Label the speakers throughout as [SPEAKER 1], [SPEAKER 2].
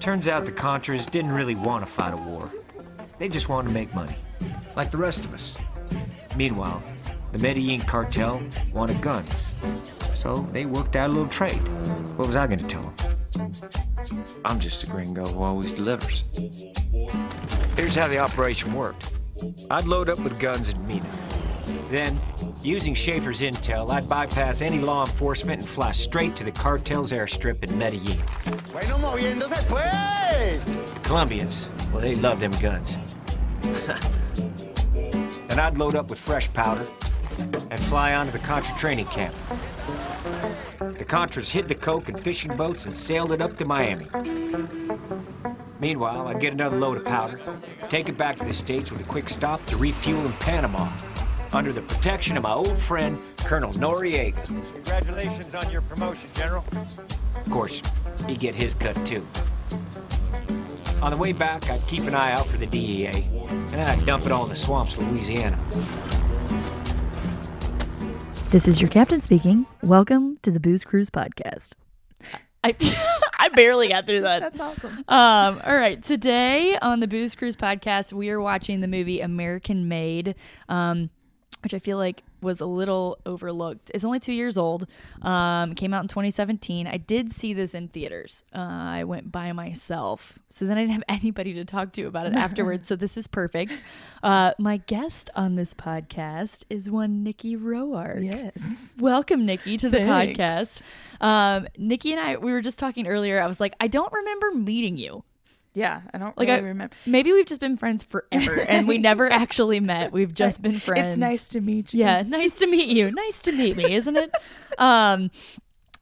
[SPEAKER 1] Turns out the Contras didn't really want to fight a war. They just wanted to make money, like the rest of us. Meanwhile, the Medellin cartel wanted guns. So they worked out a little trade. What was I going to tell them? I'm just a gringo who always delivers. Here's how the operation worked I'd load up with guns in Mina. Then, using Schaefer's intel, I'd bypass any law enforcement and fly straight to the cartel's airstrip in Medellin.
[SPEAKER 2] Bueno, moviéndose pues.
[SPEAKER 1] Colombians, well, they love them guns. then I'd load up with fresh powder and fly on to the Contra training camp. The Contras hid the coke in fishing boats and sailed it up to Miami. Meanwhile, I'd get another load of powder, take it back to the States with a quick stop to refuel in Panama under the protection of my old friend, Colonel Noriega.
[SPEAKER 3] Congratulations on your promotion, General.
[SPEAKER 1] Of course, he'd get his cut too. On the way back, I'd keep an eye out for the DEA, and then I'd dump it all in the swamps of Louisiana.
[SPEAKER 4] This is your captain speaking. Welcome to the Booze Cruise Podcast.
[SPEAKER 5] I I barely got through that.
[SPEAKER 6] That's awesome.
[SPEAKER 5] Um, all right, today on the Booze Cruise podcast, we are watching the movie American Made, um, which I feel like was a little overlooked. It's only two years old. Um, came out in 2017. I did see this in theaters. Uh, I went by myself, so then I didn't have anybody to talk to about it afterwards. so this is perfect. Uh, my guest on this podcast is one Nikki Roark.
[SPEAKER 6] Yes.
[SPEAKER 5] Welcome, Nikki, to the
[SPEAKER 6] Thanks.
[SPEAKER 5] podcast. Um, Nikki and I, we were just talking earlier. I was like, I don't remember meeting you.
[SPEAKER 6] Yeah, I don't
[SPEAKER 5] Like,
[SPEAKER 6] really
[SPEAKER 5] I
[SPEAKER 6] remember.
[SPEAKER 5] Maybe we've just been friends forever and we never actually met. We've just been friends.
[SPEAKER 6] It's nice to meet you.
[SPEAKER 5] Yeah, nice to meet you. Nice to meet me, isn't it? um,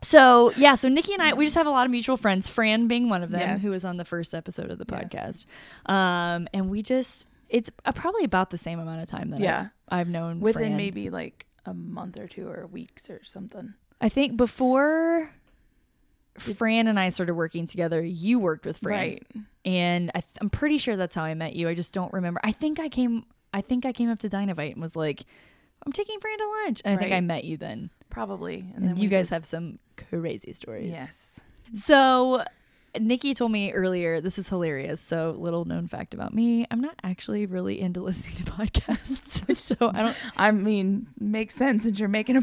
[SPEAKER 5] so yeah, so Nikki and I, we just have a lot of mutual friends. Fran being one of them,
[SPEAKER 6] Yes.
[SPEAKER 5] who was on the first episode of the
[SPEAKER 6] Yes.
[SPEAKER 5] podcast. Um, and we just, it's uh, probably about the same amount of time that
[SPEAKER 6] Yeah.
[SPEAKER 5] I've, I've known
[SPEAKER 6] Within
[SPEAKER 5] Fran.
[SPEAKER 6] maybe like a month or two or weeks or something.
[SPEAKER 5] I think before Fran and I started working together, you worked with Fran,
[SPEAKER 6] Right.
[SPEAKER 5] and I th- I'm pretty sure that's how I met you. I just don't remember. I think I came. I think I came up to Dynavite and was like, "I'm taking Fran to lunch," and I think I
[SPEAKER 6] Right.
[SPEAKER 5] met you then.
[SPEAKER 6] Probably. And,
[SPEAKER 5] And
[SPEAKER 6] then
[SPEAKER 5] you
[SPEAKER 6] we
[SPEAKER 5] guys
[SPEAKER 6] just-
[SPEAKER 5] have some crazy stories.
[SPEAKER 6] Yes.
[SPEAKER 5] So Nikki told me earlier, this is hilarious. So little known fact about me, I'm not actually really into listening to podcasts. so I don't
[SPEAKER 6] I mean, makes sense since you're making a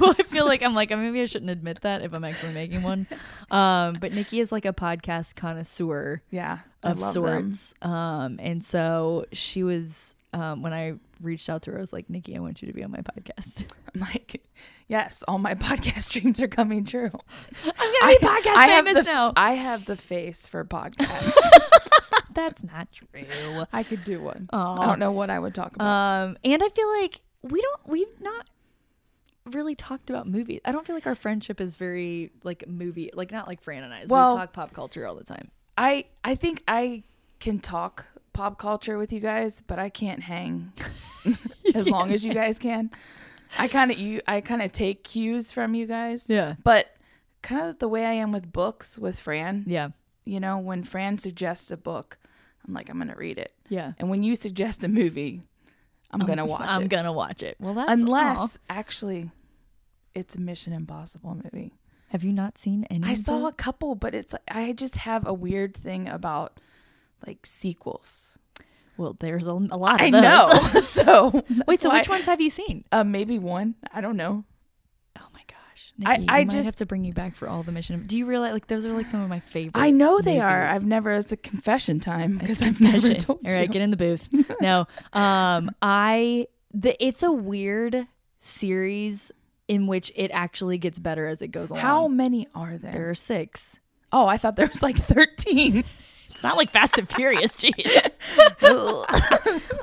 [SPEAKER 5] well, I feel like I'm like uh, maybe I shouldn't admit that if I'm actually making one. Um, but Nikki is like a podcast connoisseur
[SPEAKER 6] yeah, I
[SPEAKER 5] of
[SPEAKER 6] love
[SPEAKER 5] sorts. Um, and so she was um, when I reached out to her, I was like, Nikki, I want you to be on my podcast.
[SPEAKER 6] Them. I'm like, yes, all my podcast dreams are coming true.
[SPEAKER 5] I'm gonna be podcast famous
[SPEAKER 6] the,
[SPEAKER 5] now.
[SPEAKER 6] I have the face for podcasts.
[SPEAKER 5] That's not true.
[SPEAKER 6] I could do one.
[SPEAKER 5] Aw.
[SPEAKER 6] I don't know what I would talk about.
[SPEAKER 5] Um, and I feel like we don't we've not really talked about movies. I don't feel like our friendship is very like movie like not like Fran and I's.
[SPEAKER 6] Well-
[SPEAKER 5] we talk pop culture all the time.
[SPEAKER 6] I I think I can talk pop culture with you guys, but I can't hang as long as you guys can. I kind of you I kind of take cues from you guys.
[SPEAKER 5] Yeah.
[SPEAKER 6] But kind of the way I am with books with Fran.
[SPEAKER 5] Yeah.
[SPEAKER 6] You know, when Fran suggests a book, I'm like I'm going to read it.
[SPEAKER 5] Yeah.
[SPEAKER 6] And when you suggest a movie, I'm going to watch
[SPEAKER 5] I'm
[SPEAKER 6] it.
[SPEAKER 5] gonna watch it. Well that's
[SPEAKER 6] Unless
[SPEAKER 5] aw.
[SPEAKER 6] actually it's a Mission Impossible movie.
[SPEAKER 5] have you not seen any
[SPEAKER 6] I
[SPEAKER 5] of
[SPEAKER 6] saw a
[SPEAKER 5] those?
[SPEAKER 6] couple, but it's I just have a weird thing about like sequels.
[SPEAKER 5] Well there's a, a lot of
[SPEAKER 6] I
[SPEAKER 5] those.
[SPEAKER 6] know. so
[SPEAKER 5] Wait,
[SPEAKER 6] that's
[SPEAKER 5] so
[SPEAKER 6] why-
[SPEAKER 5] which ones have you seen?
[SPEAKER 6] Uh, maybe one. I don't know.
[SPEAKER 5] Oh my gosh.
[SPEAKER 6] I-
[SPEAKER 5] Nikki,
[SPEAKER 6] I
[SPEAKER 5] we might have
[SPEAKER 6] just-
[SPEAKER 5] to bring you back for all the mission. Do you realize like those are like some of my favorite
[SPEAKER 6] I know they are.
[SPEAKER 5] movies.
[SPEAKER 6] I've never. It's a confession time because I've never
[SPEAKER 5] Passion.
[SPEAKER 6] told you.
[SPEAKER 5] All right, get in the booth. No, um, I the it's a weird series in which it actually gets better as it goes along.
[SPEAKER 6] How many are there?
[SPEAKER 5] there are six.
[SPEAKER 6] Oh, I thought there was like thirteen.
[SPEAKER 5] It's not like Fast and Furious, jeez.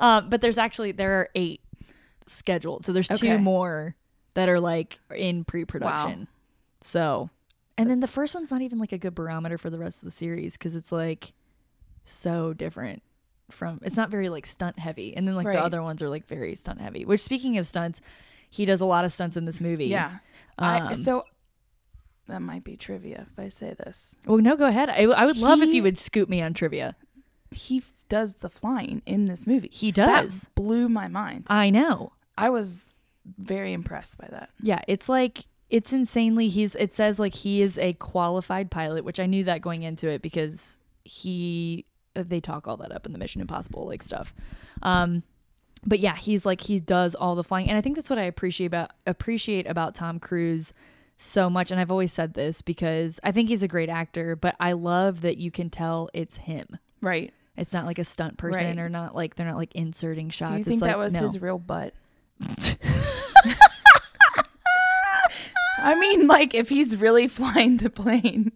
[SPEAKER 5] um, but there's actually there are eight scheduled. So there's two
[SPEAKER 6] Okay.
[SPEAKER 5] more that are like in pre-production. So, and then the first one's not even like a good barometer for the rest of the series because it's like so different from. It's not very like stunt heavy, and then like
[SPEAKER 6] Right.
[SPEAKER 5] the other ones are like very stunt heavy. Which speaking of stunts, he does a lot of stunts in this movie.
[SPEAKER 6] yeah. I,
[SPEAKER 5] Um,
[SPEAKER 6] so that might be trivia if I say this.
[SPEAKER 5] Well, no, go ahead. I, I would love if
[SPEAKER 6] He-
[SPEAKER 5] you would scoop me on trivia.
[SPEAKER 6] He f- does the flying in this movie.
[SPEAKER 5] He does.
[SPEAKER 6] That blew my mind.
[SPEAKER 5] I know.
[SPEAKER 6] I was very impressed by that.
[SPEAKER 5] Yeah, it's like it's insanely he's it says like he is a qualified pilot, which I knew that going into it because he uh, they talk all that up in the Mission Impossible like stuff. Um but yeah, he's like he does all the flying, and I think that's what I appreciate about appreciate about Tom Cruise so much. And I've always said this because I think he's a great actor, but I love that you can tell it's him.
[SPEAKER 6] Right.
[SPEAKER 5] It's not like a stunt person
[SPEAKER 6] Right.
[SPEAKER 5] or not like they're not like inserting shots.
[SPEAKER 6] Do you
[SPEAKER 5] It's
[SPEAKER 6] think
[SPEAKER 5] like,
[SPEAKER 6] that was
[SPEAKER 5] no.
[SPEAKER 6] his real butt? I mean, like if he's really flying the plane,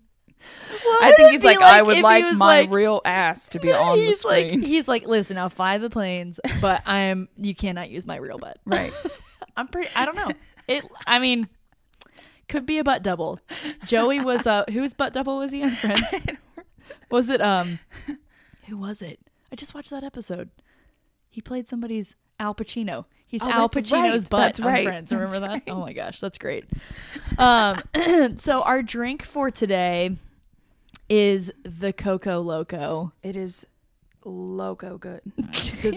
[SPEAKER 6] I
[SPEAKER 5] would
[SPEAKER 6] think
[SPEAKER 5] it
[SPEAKER 6] he's
[SPEAKER 5] be
[SPEAKER 6] like,
[SPEAKER 5] like
[SPEAKER 6] I
[SPEAKER 5] if
[SPEAKER 6] would
[SPEAKER 5] he
[SPEAKER 6] like
[SPEAKER 5] was
[SPEAKER 6] my
[SPEAKER 5] like-
[SPEAKER 6] real ass to be on the
[SPEAKER 5] he's
[SPEAKER 6] screen.
[SPEAKER 5] like he's like, listen, I'll fly the planes, but I'm you cannot use my real butt.
[SPEAKER 6] right.
[SPEAKER 5] I'm pretty. I don't know. It. I mean, could be a butt double. Joey was uh whose butt double was he on Friends? Was it um, who was it? I just watched that episode. He played somebody's Al Pacino. He's
[SPEAKER 6] Oh,
[SPEAKER 5] Al
[SPEAKER 6] that's
[SPEAKER 5] Pacino's
[SPEAKER 6] right.
[SPEAKER 5] butt
[SPEAKER 6] That's
[SPEAKER 5] on
[SPEAKER 6] right.
[SPEAKER 5] Friends. Remember
[SPEAKER 6] That's
[SPEAKER 5] that? Oh my gosh, that's great. Um, so our drink for today is the Coco Loco.
[SPEAKER 6] It is loco good. Does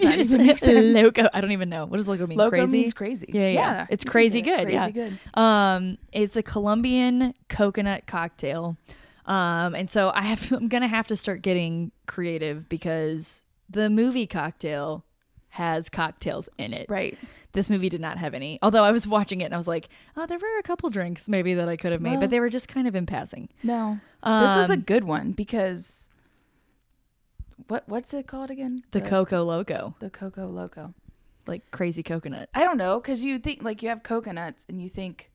[SPEAKER 6] that even make sense?
[SPEAKER 5] Loco. I don't even know. What does loco mean?
[SPEAKER 6] Loco
[SPEAKER 5] crazy?
[SPEAKER 6] means crazy.
[SPEAKER 5] Yeah, yeah.
[SPEAKER 6] Yeah,
[SPEAKER 5] It's
[SPEAKER 6] you did
[SPEAKER 5] crazy
[SPEAKER 6] it.
[SPEAKER 5] good.
[SPEAKER 6] Crazy
[SPEAKER 5] yeah.
[SPEAKER 6] good.
[SPEAKER 5] Um, it's a Colombian coconut cocktail. Um, and so I have I'm gonna have to start getting creative because the movie cocktail has cocktails in it.
[SPEAKER 6] Right.
[SPEAKER 5] This movie did not have any. Although I was watching it and I was like, oh, there were a couple drinks maybe that I could have made,
[SPEAKER 6] Well-
[SPEAKER 5] but they were just kind of in passing.
[SPEAKER 6] No. this is a good one because what what's it called again?
[SPEAKER 5] The Coco Loco,
[SPEAKER 6] the cocoa loco.
[SPEAKER 5] like crazy coconut.
[SPEAKER 6] I don't know because you think like you have coconuts and you think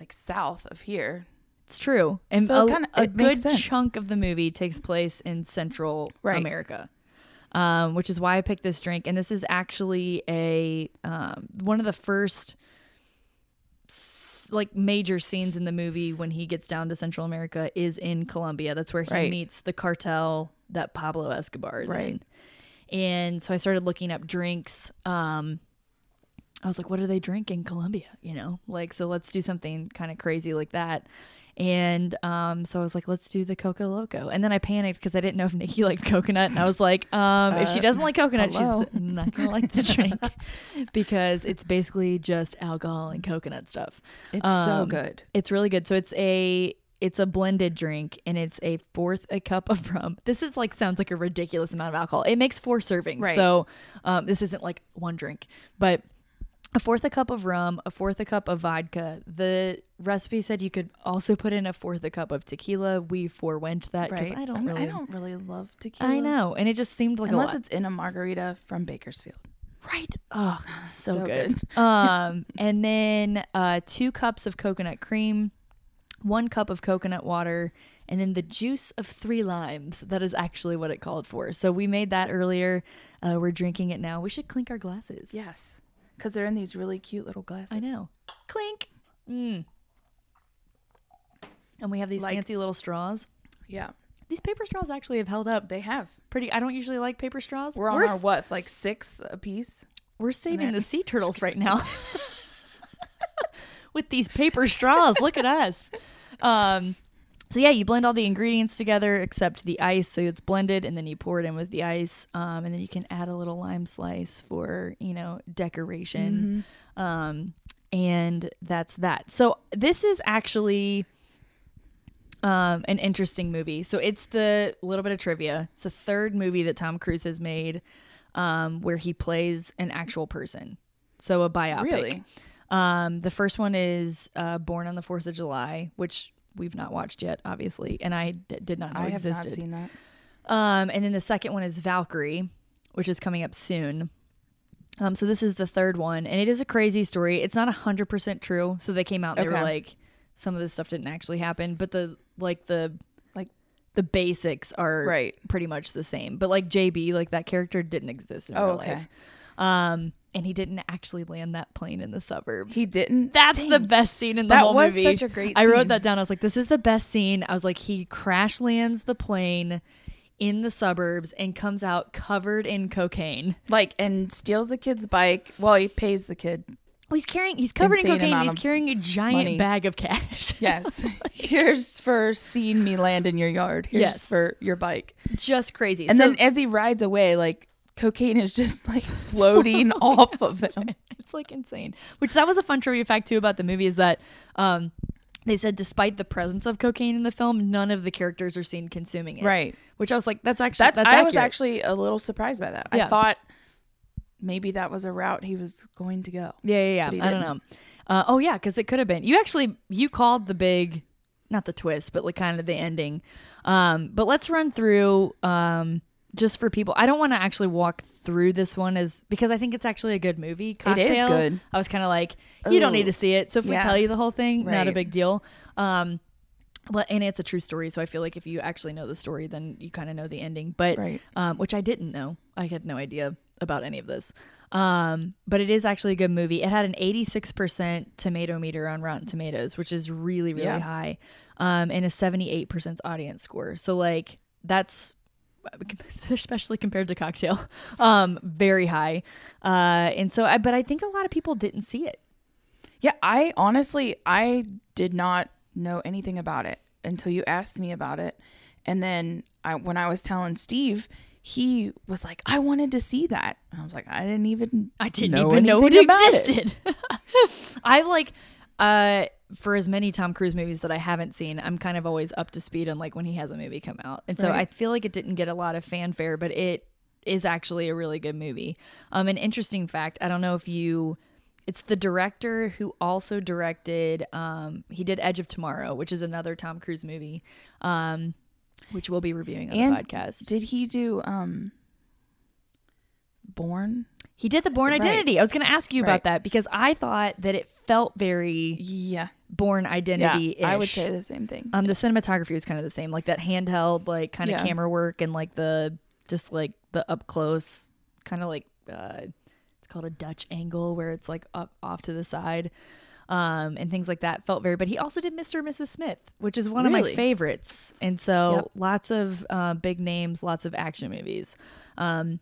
[SPEAKER 6] like south of here,
[SPEAKER 5] It's true. And
[SPEAKER 6] So
[SPEAKER 5] a,
[SPEAKER 6] it kinda-
[SPEAKER 5] a
[SPEAKER 6] it makes
[SPEAKER 5] good
[SPEAKER 6] sense.
[SPEAKER 5] chunk of the movie takes place in Central
[SPEAKER 6] Right.
[SPEAKER 5] America. Um, which is why I picked this drink, and this is actually a um, one of the first s- like major scenes in the movie when he gets down to Central America is in Colombia. That's where he
[SPEAKER 6] Right.
[SPEAKER 5] meets the cartel that Pablo Escobar is
[SPEAKER 6] Right.
[SPEAKER 5] in. And so I started looking up drinks. Um, I was like, what do they drink in Colombia? You know, like, so let's do something kind of crazy like that. And um, so I was like, let's do the Coca Loco. And then I panicked because I didn't know if Nikki liked coconut. And I was like, um, if she doesn't like coconut,
[SPEAKER 6] Uh, hello.
[SPEAKER 5] she's not going to like this drink because it's basically just alcohol and coconut stuff. Um,
[SPEAKER 6] It's so good.
[SPEAKER 5] It's really good. So it's a. It's a blended drink and it's a fourth a cup of rum. This is like sounds like a ridiculous amount of alcohol. It makes four servings.
[SPEAKER 6] Right.
[SPEAKER 5] So um, this isn't like one drink, but a fourth a cup of rum, a fourth a cup of vodka. The recipe said you could also put in a fourth a cup of tequila. We forewent that because
[SPEAKER 6] right?
[SPEAKER 5] I don't
[SPEAKER 6] I'm-
[SPEAKER 5] really.
[SPEAKER 6] I don't really love tequila.
[SPEAKER 5] I know, and it just seemed like a
[SPEAKER 6] unless
[SPEAKER 5] lot.
[SPEAKER 6] it's in a margarita from Bakersfield.
[SPEAKER 5] Right. Oh, so,
[SPEAKER 6] so
[SPEAKER 5] good. um, and then uh, two cups of coconut cream, one cup of coconut water, and then the juice of three limes. That is actually what it called for. So we made that earlier. Uh, we're drinking it now. We should clink our glasses.
[SPEAKER 6] Yes, because they're in these really cute little glasses.
[SPEAKER 5] I know. Clink. Mm. And we have these
[SPEAKER 6] Like-
[SPEAKER 5] fancy little straws.
[SPEAKER 6] Yeah,
[SPEAKER 5] These paper straws actually have held up.
[SPEAKER 6] they have.
[SPEAKER 5] Pretty. I don't usually like paper straws.
[SPEAKER 6] We're on our
[SPEAKER 5] s-
[SPEAKER 6] what, like sixth a piece?
[SPEAKER 5] We're saving the sea turtles right now with these paper straws. Look at us. Um, so yeah, you blend all the ingredients together except the ice, so it's blended, and then you pour it in with the ice, um, and then you can add a little lime slice for you know decoration, um, and that's that. So this is actually um, an interesting movie. So it's the little bit of trivia. It's the third movie that Tom Cruise has made um, where he plays an actual person. So a biopic.
[SPEAKER 6] Really?
[SPEAKER 5] Um, the first one is uh, Born on the Fourth of July, which we've not watched yet, obviously, and I d- did not know
[SPEAKER 6] I have
[SPEAKER 5] existed.
[SPEAKER 6] not seen that.
[SPEAKER 5] Um, and then the second one is Valkyrie, which is coming up soon. Um, so this is the third one, and it is a crazy story. It's not hundred percent true. So they came out and they
[SPEAKER 6] Okay.
[SPEAKER 5] were like, some of this stuff didn't actually happen, but the like the
[SPEAKER 6] Like,
[SPEAKER 5] the basics are
[SPEAKER 6] Right.
[SPEAKER 5] pretty much the same. But like JB, like that character didn't exist in
[SPEAKER 6] Oh,
[SPEAKER 5] real
[SPEAKER 6] okay.
[SPEAKER 5] life. Um, and he didn't actually land that plane in the suburbs.
[SPEAKER 6] he didn't.
[SPEAKER 5] That's
[SPEAKER 6] Dang.
[SPEAKER 5] the best scene in the
[SPEAKER 6] That
[SPEAKER 5] whole
[SPEAKER 6] was
[SPEAKER 5] movie.
[SPEAKER 6] such a great
[SPEAKER 5] I wrote
[SPEAKER 6] scene.
[SPEAKER 5] that down. I was like, this is the best scene. I was like, he crash lands the plane in the suburbs and comes out covered in cocaine.
[SPEAKER 6] like and steals the kid's bike. Well, he pays the kid.
[SPEAKER 5] Well, he's carrying he's covered
[SPEAKER 6] Insane
[SPEAKER 5] in cocaine.
[SPEAKER 6] amount
[SPEAKER 5] And
[SPEAKER 6] of
[SPEAKER 5] he's carrying a giant
[SPEAKER 6] money.
[SPEAKER 5] bag of cash.
[SPEAKER 6] Yes. Here's for seeing me land in your yard. Here's
[SPEAKER 5] Yes.
[SPEAKER 6] for your bike.
[SPEAKER 5] Just crazy.
[SPEAKER 6] And
[SPEAKER 5] so,
[SPEAKER 6] then as he rides away, like cocaine is just like floating off of him.
[SPEAKER 5] it's like insane. Which that was a fun trivia fact too about the movie is that um, they said despite the presence of cocaine in the film, none of the characters are seen consuming it.
[SPEAKER 6] Right.
[SPEAKER 5] Which I was like, that's actually
[SPEAKER 6] That's,
[SPEAKER 5] that's,
[SPEAKER 6] I was
[SPEAKER 5] accurate.
[SPEAKER 6] actually a little surprised by that. I
[SPEAKER 5] Yeah.
[SPEAKER 6] thought maybe that was a route he was going to go.
[SPEAKER 5] Yeah, yeah,
[SPEAKER 6] But he
[SPEAKER 5] yeah. I don't know.
[SPEAKER 6] didn't.
[SPEAKER 5] Uh, oh yeah, because it could have been. You actually you called the big, not the twist, but like kind of the ending. Um, but let's run through um, just for people. I don't want to actually walk through this one as because I think it's actually a good movie. Cocktail.
[SPEAKER 6] good.
[SPEAKER 5] I was kind of like, you don't need
[SPEAKER 6] Ooh.
[SPEAKER 5] to see it. So if we
[SPEAKER 6] Yeah.
[SPEAKER 5] tell you the whole thing, not a
[SPEAKER 6] Right.
[SPEAKER 5] big deal. Um, well, and it's a true story, so I feel like if you actually know the story, then you kind of know the ending. But
[SPEAKER 6] Right.
[SPEAKER 5] um, which I didn't know, I had no idea about any of this. Um, but it is actually a good movie. It had an 86% tomato meter on Rotten Tomatoes, which is really really
[SPEAKER 6] Yeah.
[SPEAKER 5] high, um, and a 78% audience score. So like that's especially compared to Cocktail, um, very high. Uh, and so I, but I think a lot of people didn't see it.
[SPEAKER 6] Yeah, I honestly I did not know anything about it until you asked me about it. And then I when I was telling Steve, he was like, "I wanted to see that." And I was like, "I didn't even
[SPEAKER 5] I didn't even know it
[SPEAKER 6] anything about
[SPEAKER 5] existed. I've like, uh, for as many Tom Cruise movies that I haven't seen, I'm kind of always up to speed on like when he has a movie come out, and so
[SPEAKER 6] Right.
[SPEAKER 5] I feel like it didn't get a lot of fanfare, but it is actually a really good movie. Um, an interesting fact. I don't know if you. It's the director who also directed. Um, he did Edge of Tomorrow, which is another Tom Cruise movie, um, which we'll be reviewing on
[SPEAKER 6] And
[SPEAKER 5] the podcast.
[SPEAKER 6] Did he do um Born?
[SPEAKER 5] He did the Born
[SPEAKER 6] Right.
[SPEAKER 5] Identity. I was going to ask you about
[SPEAKER 6] Right.
[SPEAKER 5] that because I thought that it felt very
[SPEAKER 6] Yeah.
[SPEAKER 5] Born Identity.
[SPEAKER 6] I would say the same thing.
[SPEAKER 5] Um, the cinematography was kind of the same, like that handheld, like kind of
[SPEAKER 6] Yeah.
[SPEAKER 5] camera work and like the just like the up close, kind of like uh, it's called a Dutch angle where it's like up off to the side, um, and things like that felt very. But he also did Mr. and Mrs. Smith, which is one of my
[SPEAKER 6] Really?
[SPEAKER 5] favorites, and so
[SPEAKER 6] Yep.
[SPEAKER 5] lots of uh, big names, lots of action movies. Um,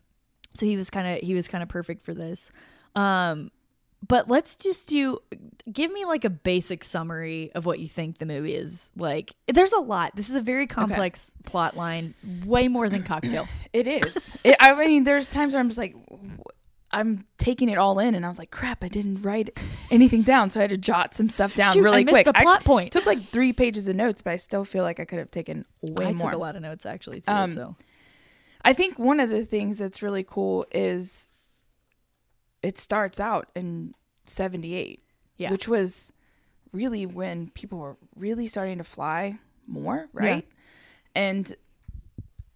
[SPEAKER 5] so he was kind of he was kind of perfect for this. Um, but let's just do give me like a basic summary of what you think the movie is like there's a lot this is a very complex plot line way more than cocktail
[SPEAKER 6] It is. it, I mean, there's times where I'm just like, w- I'm taking it all in, and I was like, crap, I didn't write anything down, so I had to jot some stuff down
[SPEAKER 5] Shoot, I
[SPEAKER 6] really
[SPEAKER 5] missed
[SPEAKER 6] quick.
[SPEAKER 5] a plot
[SPEAKER 6] actually
[SPEAKER 5] point.
[SPEAKER 6] Took like three pages of notes, but I still feel like I could have taken way
[SPEAKER 5] i
[SPEAKER 6] more.
[SPEAKER 5] took a lot of notes actually too
[SPEAKER 6] Um,
[SPEAKER 5] so
[SPEAKER 6] I think one of the things that's really cool is it starts out in 78,
[SPEAKER 5] Yeah.
[SPEAKER 6] which was really when people were really starting to fly more, right? And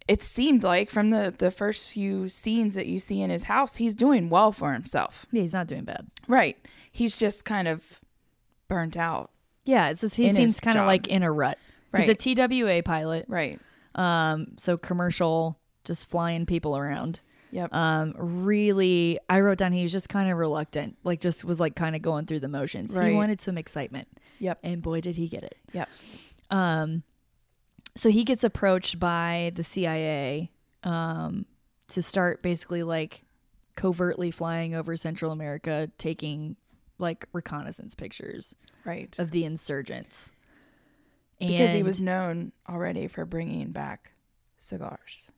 [SPEAKER 6] it seemed like from the, the first few scenes that you see in his house, he's doing well for himself.
[SPEAKER 5] yeah he's not doing bad
[SPEAKER 6] Right. He's just kind of burnt out.
[SPEAKER 5] yeah it's just he
[SPEAKER 6] In his
[SPEAKER 5] seems kind of
[SPEAKER 6] job.
[SPEAKER 5] like in a rut he's a
[SPEAKER 6] Right.
[SPEAKER 5] twa pilot
[SPEAKER 6] Right.
[SPEAKER 5] um so commercial just flying people around
[SPEAKER 6] Yep.
[SPEAKER 5] um really i wrote down he was just kind of reluctant like just was like kind of going through the motions
[SPEAKER 6] Right.
[SPEAKER 5] he wanted some excitement
[SPEAKER 6] Yep.
[SPEAKER 5] and boy did he get it
[SPEAKER 6] Yep.
[SPEAKER 5] so he gets approached by the CIA um, to start basically like covertly flying over Central America, taking like reconnaissance pictures
[SPEAKER 6] Right.
[SPEAKER 5] of the insurgents. And
[SPEAKER 6] Because he was known already for bringing back cigars.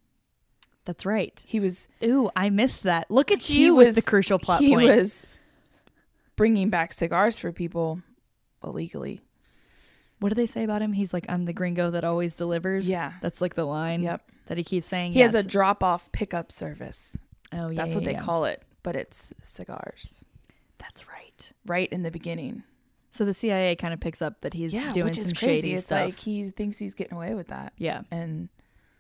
[SPEAKER 5] That's right.
[SPEAKER 6] He was
[SPEAKER 5] Ooh, I missed that. Look at
[SPEAKER 6] he
[SPEAKER 5] you
[SPEAKER 6] was
[SPEAKER 5] with the crucial plot
[SPEAKER 6] he
[SPEAKER 5] point.
[SPEAKER 6] was bringing back cigars for people illegally.
[SPEAKER 5] what do they say about him? He's like, I'm the gringo that always delivers.
[SPEAKER 6] Yeah.
[SPEAKER 5] That's like the line
[SPEAKER 6] Yep.
[SPEAKER 5] that he keeps saying.
[SPEAKER 6] He has a
[SPEAKER 5] Yes.
[SPEAKER 6] drop off pickup service.
[SPEAKER 5] oh, yeah.
[SPEAKER 6] That's what
[SPEAKER 5] yeah,
[SPEAKER 6] they
[SPEAKER 5] yeah.
[SPEAKER 6] call it, but it's cigars.
[SPEAKER 5] That's right.
[SPEAKER 6] Right in the beginning.
[SPEAKER 5] So the CIA kind of picks up that he's
[SPEAKER 6] Yeah,
[SPEAKER 5] doing
[SPEAKER 6] which
[SPEAKER 5] some
[SPEAKER 6] is crazy.
[SPEAKER 5] shady
[SPEAKER 6] It's
[SPEAKER 5] stuff.
[SPEAKER 6] like he thinks he's getting away with that.
[SPEAKER 5] yeah.
[SPEAKER 6] And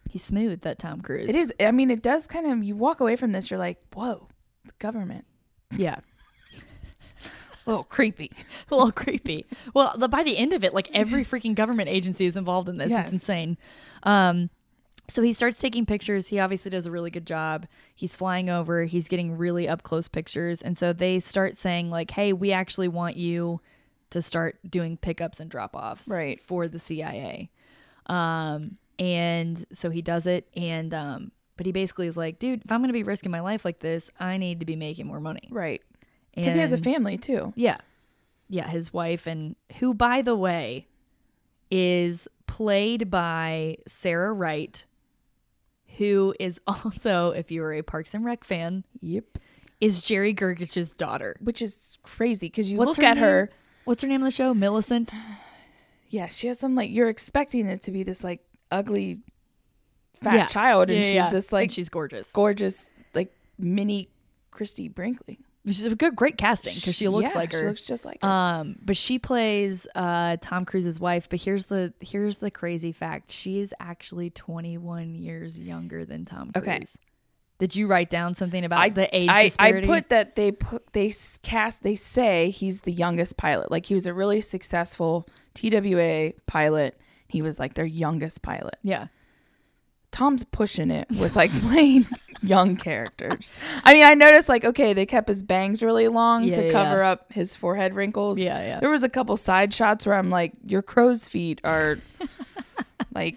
[SPEAKER 5] He's smooth, that Tom Cruise.
[SPEAKER 6] it is I mean, it does kind of you walk away from this, you're like, Whoa, the government.
[SPEAKER 5] Yeah.
[SPEAKER 6] A little creepy.
[SPEAKER 5] A little creepy. Well, the, by the end of it, like every freaking government agency is involved in this.
[SPEAKER 6] Yes.
[SPEAKER 5] It's insane. Um, so he starts taking pictures. He obviously does a really good job. He's flying over, he's getting really up close pictures. And so they start saying, like, hey, we actually want you to start doing pickups and drop offs
[SPEAKER 6] Right.
[SPEAKER 5] for the CIA. Um, and so he does it. And, um, but he basically is like, dude, if I'm going to be risking my life like this, I need to be making more money.
[SPEAKER 6] Right. Because he has a
[SPEAKER 5] And-
[SPEAKER 6] family too.
[SPEAKER 5] yeah. Yeah, his wife and who by the way is played by Sarah Wright who is also, if you are a Parks and Rec fan,
[SPEAKER 6] Yep.
[SPEAKER 5] is Jerry Gergich's daughter.
[SPEAKER 6] Which is crazy because you
[SPEAKER 5] What's
[SPEAKER 6] look at
[SPEAKER 5] name?
[SPEAKER 6] her.
[SPEAKER 5] What's her name on the show? Millicent.
[SPEAKER 6] Yeah, she has some like you're expecting it to be this like ugly fat
[SPEAKER 5] Yeah.
[SPEAKER 6] child, and
[SPEAKER 5] Yeah,
[SPEAKER 6] she's
[SPEAKER 5] yeah, yeah.
[SPEAKER 6] this
[SPEAKER 5] And
[SPEAKER 6] like
[SPEAKER 5] she's gorgeous.
[SPEAKER 6] gorgeous like mini Christy Brinkley.
[SPEAKER 5] She's a good, great casting because she looks
[SPEAKER 6] Yeah,
[SPEAKER 5] like her.
[SPEAKER 6] She looks just like her.
[SPEAKER 5] Um, but she plays uh, Tom Cruise's wife. But here's the here's the crazy fact: she is actually 21 years younger than Tom Cruise.
[SPEAKER 6] Okay.
[SPEAKER 5] Did you write down something about
[SPEAKER 6] I,
[SPEAKER 5] the age
[SPEAKER 6] I, I
[SPEAKER 5] disparity?
[SPEAKER 6] put that they put they s- cast they say he's the youngest pilot. Like he was a really successful TWA pilot. He was like their youngest pilot.
[SPEAKER 5] yeah.
[SPEAKER 6] Tom's pushing it with like playing young characters. I mean, I noticed like okay, they kept his bangs really long
[SPEAKER 5] Yeah,
[SPEAKER 6] to
[SPEAKER 5] yeah,
[SPEAKER 6] cover up his forehead wrinkles.
[SPEAKER 5] Yeah, yeah.
[SPEAKER 6] There was a couple side shots where I'm like, your crow's feet are like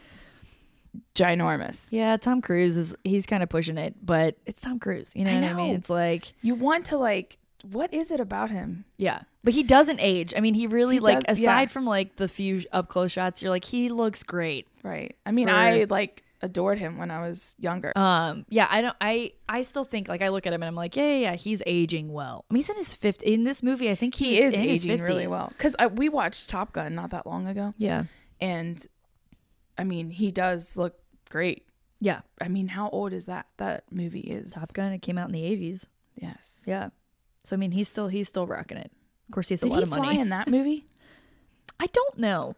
[SPEAKER 6] ginormous.
[SPEAKER 5] Yeah, Tom Cruise is he's kind of pushing it, but it's Tom Cruise. You know,
[SPEAKER 6] I
[SPEAKER 5] what I mean?
[SPEAKER 6] know.
[SPEAKER 5] It's like
[SPEAKER 6] You want to like, what is it about him?
[SPEAKER 5] yeah. But he doesn't age. I mean, he really
[SPEAKER 6] He
[SPEAKER 5] like
[SPEAKER 6] does- yeah.
[SPEAKER 5] aside from like the few up close shots, you're like he looks great.
[SPEAKER 6] Right. I mean,
[SPEAKER 5] For-
[SPEAKER 6] I like adored him when I was younger.
[SPEAKER 5] Um, yeah, I don't. I I still think like I look at him and I'm like, yeah, yeah, yeah he's aging well. I mean, he's in his fifth in this movie. I think
[SPEAKER 6] he
[SPEAKER 5] he's
[SPEAKER 6] is
[SPEAKER 5] in his
[SPEAKER 6] aging really
[SPEAKER 5] 50s.
[SPEAKER 6] well because we watched Top Gun not that long ago,
[SPEAKER 5] Yeah,
[SPEAKER 6] and I mean, he does look great.
[SPEAKER 5] yeah.
[SPEAKER 6] I mean, how old is that? That movie is
[SPEAKER 5] Top Gun. It came out in the '80s.
[SPEAKER 6] yes.
[SPEAKER 5] Yeah. So I mean, he's still he's still rocking it. Of course, he has a
[SPEAKER 6] Did
[SPEAKER 5] lot
[SPEAKER 6] he
[SPEAKER 5] of
[SPEAKER 6] fly
[SPEAKER 5] money.
[SPEAKER 6] in that movie?
[SPEAKER 5] I don't know.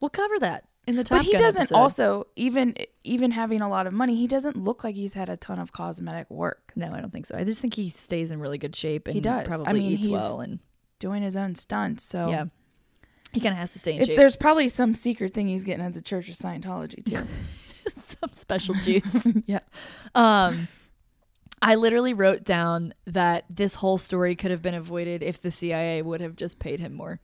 [SPEAKER 5] We'll cover that in the Top
[SPEAKER 6] but he
[SPEAKER 5] Gun
[SPEAKER 6] doesn't.
[SPEAKER 5] episode.
[SPEAKER 6] Also, even even having a lot of money, he doesn't look like he's had a ton of cosmetic work.
[SPEAKER 5] No, I don't think so. I just think he stays in really good shape and
[SPEAKER 6] does. I
[SPEAKER 5] probably
[SPEAKER 6] mean,
[SPEAKER 5] eats
[SPEAKER 6] he's-
[SPEAKER 5] well and
[SPEAKER 6] Doing his own stunts, so
[SPEAKER 5] yeah. He kind of has to stay in
[SPEAKER 6] It-
[SPEAKER 5] shape.
[SPEAKER 6] there's probably some secret thing he's getting at the Church of Scientology too.
[SPEAKER 5] Some special juice.
[SPEAKER 6] yeah,
[SPEAKER 5] Um, I literally wrote down that this whole story could have been avoided if the CIA would have just paid him more.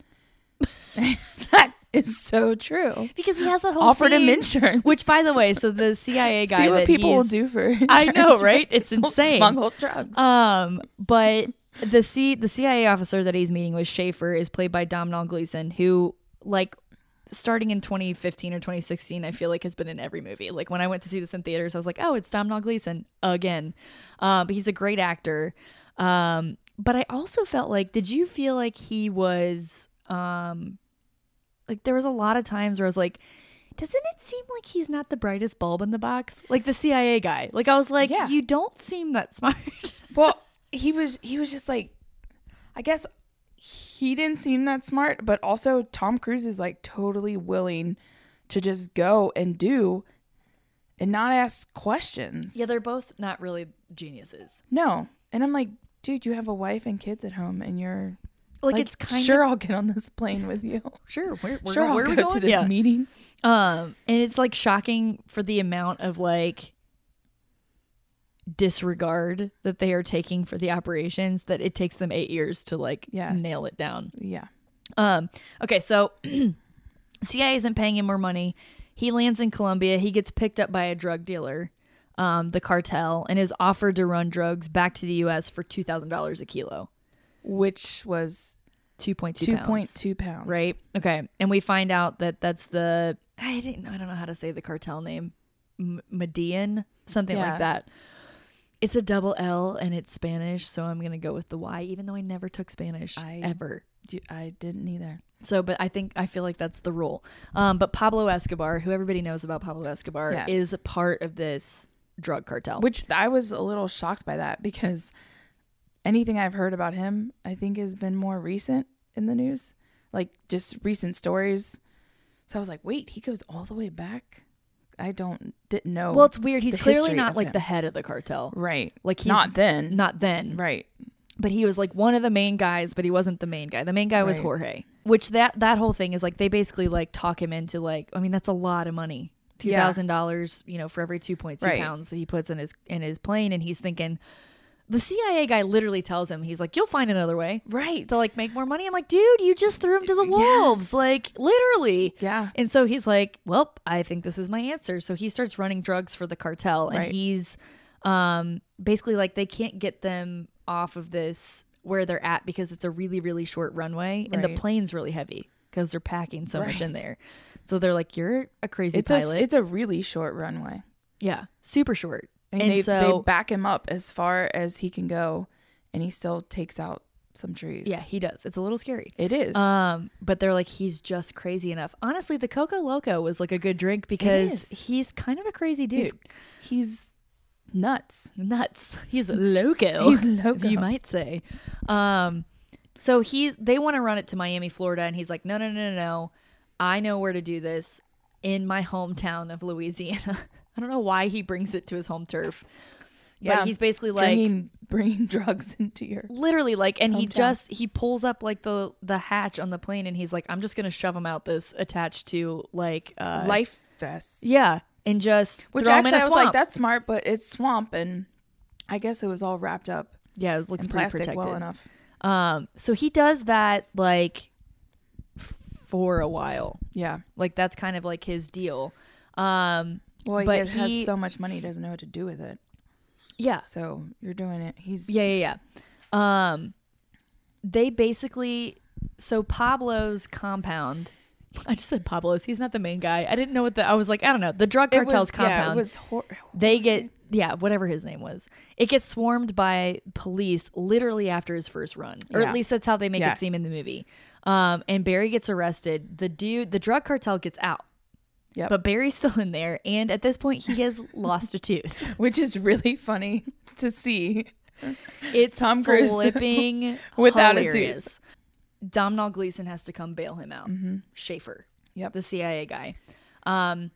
[SPEAKER 6] that is so true.
[SPEAKER 5] Because he has that whole
[SPEAKER 6] Offered him
[SPEAKER 5] scene-
[SPEAKER 6] insurance.
[SPEAKER 5] Which, by the way, so the CIA guy
[SPEAKER 6] See what
[SPEAKER 5] that
[SPEAKER 6] people will
[SPEAKER 5] he's-
[SPEAKER 6] do for.
[SPEAKER 5] I know,
[SPEAKER 6] insurance,
[SPEAKER 5] right? It's
[SPEAKER 6] They'll
[SPEAKER 5] insane.
[SPEAKER 6] Smuggle drugs.
[SPEAKER 5] Um, but the C the CIA officer that he's meeting with Schaefer is played by Domhnall Gleeson, who like starting in 2015 or 2016 i feel like has been in every movie like when i went to see this in theaters i was like oh it's domhnall gleeson again uh, but he's a great actor um, but i also felt like did you feel like he was um, like there was a lot of times where i was like doesn't it seem like he's not the brightest bulb in the box like the cia guy like i was like
[SPEAKER 6] Yeah.
[SPEAKER 5] you don't seem that smart
[SPEAKER 6] well, he was he was just like, I guess he didn't seem that smart, but also Tom Cruise is like totally willing to just go and do, and not ask questions.
[SPEAKER 5] Yeah, they're both not really geniuses.
[SPEAKER 6] no, and I'm like, dude, you have a wife and kids at home, and you're
[SPEAKER 5] Like, it's kind
[SPEAKER 6] sure
[SPEAKER 5] of
[SPEAKER 6] I'll get on this plane with you.
[SPEAKER 5] sure. Where, where,
[SPEAKER 6] Sure,
[SPEAKER 5] where are
[SPEAKER 6] I'll
[SPEAKER 5] we
[SPEAKER 6] go
[SPEAKER 5] going
[SPEAKER 6] to this
[SPEAKER 5] yeah.
[SPEAKER 6] meeting.
[SPEAKER 5] Um, and it's like shocking for the amount of like disregard that they are taking for the operations that it takes them eight years to like
[SPEAKER 6] Yes.
[SPEAKER 5] nail it down.
[SPEAKER 6] Yeah,
[SPEAKER 5] Um, okay, so CIA isn't paying him more money. He lands in Colombia. He gets picked up by a drug dealer, um, the cartel, and is offered to run drugs back to the U.S. for two thousand dollars a kilo,
[SPEAKER 6] which was
[SPEAKER 5] two point two
[SPEAKER 6] two
[SPEAKER 5] pounds.
[SPEAKER 6] point two pounds,
[SPEAKER 5] right? Okay, and we find out that that's the I didn't I don't know how to say the cartel name, M- Median something
[SPEAKER 6] Yeah.
[SPEAKER 5] like that. It's a double L and it's Spanish, so I'm gonna go with the Y, even though I never took Spanish
[SPEAKER 6] I-
[SPEAKER 5] ever.
[SPEAKER 6] Do- I didn't either.
[SPEAKER 5] So, but I think I feel like that's the rule. Um, but Pablo Escobar, who everybody knows about Pablo Escobar,
[SPEAKER 6] Yes.
[SPEAKER 5] is a part of this drug cartel.
[SPEAKER 6] which I was a little shocked by that because anything I've heard about him, I think, has been more recent in the news, like just recent stories. So I was like, wait, he goes all the way back. I don't didn't know.
[SPEAKER 5] well, it's weird. He's
[SPEAKER 6] the
[SPEAKER 5] clearly
[SPEAKER 6] history
[SPEAKER 5] not
[SPEAKER 6] of
[SPEAKER 5] like
[SPEAKER 6] him.
[SPEAKER 5] the head of the cartel,
[SPEAKER 6] right,
[SPEAKER 5] Like, he's-
[SPEAKER 6] not then,
[SPEAKER 5] not then,
[SPEAKER 6] right.
[SPEAKER 5] but he was like one of the main guys but he wasn't the main guy the main guy was
[SPEAKER 6] Right.
[SPEAKER 5] jorge which that that whole thing is like they basically like talk him into like i mean that's a lot of money
[SPEAKER 6] Yeah.
[SPEAKER 5] $2000 you know for every 2.2
[SPEAKER 6] Right.
[SPEAKER 5] pounds that he puts in his in his plane and he's thinking the cia guy literally tells him he's like you'll find another way
[SPEAKER 6] Right.
[SPEAKER 5] to like make more money i'm like dude you just threw him to the wolves like literally
[SPEAKER 6] Yeah.
[SPEAKER 5] and so he's like well i think this is my answer so he starts running drugs for the cartel and
[SPEAKER 6] Right.
[SPEAKER 5] he's um basically like they can't get them off of this where they're at because it's a really really short runway and the
[SPEAKER 6] Right.
[SPEAKER 5] plane's really heavy because they're packing so much in
[SPEAKER 6] Right.
[SPEAKER 5] there so they're like you're a crazy
[SPEAKER 6] It's a
[SPEAKER 5] pilot
[SPEAKER 6] it's a really short runway.
[SPEAKER 5] Yeah, super short.
[SPEAKER 6] And,
[SPEAKER 5] and
[SPEAKER 6] they,
[SPEAKER 5] so
[SPEAKER 6] they back him up as far as he can go, and he still takes out some trees.
[SPEAKER 5] yeah, he does. It's a little scary.
[SPEAKER 6] it is.
[SPEAKER 5] Um, but they're like he's just crazy enough. Honestly, the Coco Loco was like a good drink because
[SPEAKER 6] is.
[SPEAKER 5] he's kind of a crazy dude.
[SPEAKER 6] he's, he's nuts.
[SPEAKER 5] nuts. He's loco.
[SPEAKER 6] He's loco.
[SPEAKER 5] You might say. Um, so he's they want to run it to Miami, Florida, and he's like, no, no, no, no, no. I know where to do this in my hometown of Louisiana. I don't know why he brings it to his home turf. Yeah,
[SPEAKER 6] Yeah.
[SPEAKER 5] but he's basically like
[SPEAKER 6] bringing, bringing drugs into your.
[SPEAKER 5] literally like and he
[SPEAKER 6] Hometown.
[SPEAKER 5] just he pulls up like the the hatch on the plane and he's like i'm just gonna shove him out this attached to like uh
[SPEAKER 6] life vests.
[SPEAKER 5] yeah and just
[SPEAKER 6] Which
[SPEAKER 5] throw 'em in
[SPEAKER 6] actually,
[SPEAKER 5] a
[SPEAKER 6] I was like,
[SPEAKER 5] swamp.
[SPEAKER 6] that's smart, but it's swamp, and I guess it was all wrapped up
[SPEAKER 5] yeah it looks
[SPEAKER 6] in
[SPEAKER 5] pretty
[SPEAKER 6] plastic
[SPEAKER 5] protected
[SPEAKER 6] well enough.
[SPEAKER 5] Um, so he does that like f- for a while.
[SPEAKER 6] Yeah.
[SPEAKER 5] Like that's kind of like his deal. Um,
[SPEAKER 6] Well, he
[SPEAKER 5] But
[SPEAKER 6] gets- has
[SPEAKER 5] he-
[SPEAKER 6] so much money, he doesn't know what to do with it.
[SPEAKER 5] yeah,
[SPEAKER 6] So you're doing it. He's
[SPEAKER 5] yeah, yeah, yeah. Um, they basically so Pablo's compound. I just said Pablo's. He's not the main guy. I didn't know what the. I was like, I don't know. The drug
[SPEAKER 6] It was-
[SPEAKER 5] cartel's compound.
[SPEAKER 6] Yeah, it was hor-
[SPEAKER 5] they get yeah whatever his name was it gets swarmed by police literally after his first run or
[SPEAKER 6] Yeah.
[SPEAKER 5] at least that's how they make
[SPEAKER 6] Yes.
[SPEAKER 5] it seem in the movie um, and barry gets arrested the dude the drug cartel gets out
[SPEAKER 6] Yep.
[SPEAKER 5] but barry's still in there and at this point he has lost a tooth
[SPEAKER 6] which is really funny to see.
[SPEAKER 5] it's
[SPEAKER 6] Tom Cruise
[SPEAKER 5] flipping
[SPEAKER 6] without a tooth.
[SPEAKER 5] hilarious. domhnall gleeson has to come bail him out schaefer
[SPEAKER 6] Mm-hmm. Yep.
[SPEAKER 5] the cia guy um,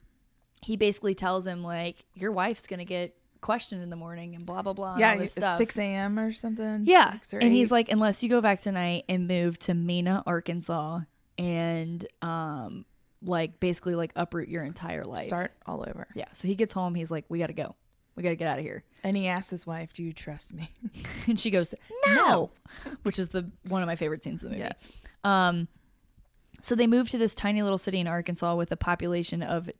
[SPEAKER 5] he basically tells him like your wife's gonna get questioned in the morning and blah blah blah and
[SPEAKER 6] yeah,
[SPEAKER 5] all this
[SPEAKER 6] it's
[SPEAKER 5] stuff.
[SPEAKER 6] 6 a.m. or something.
[SPEAKER 5] Yeah.
[SPEAKER 6] six or
[SPEAKER 5] and he's
[SPEAKER 6] eight.
[SPEAKER 5] like, unless you go back tonight and move to Mena, Arkansas, and um, like basically like uproot your entire life.
[SPEAKER 6] start all over.
[SPEAKER 5] Yeah. So he gets home. He's like, we got to go. We got to get out of here.
[SPEAKER 6] And he asks his wife, "Do you trust me?"
[SPEAKER 5] And she goes, no, which is the one of my favorite scenes in the movie.
[SPEAKER 6] Yeah.
[SPEAKER 5] Um, so they moved to this tiny little city in Arkansas with a population of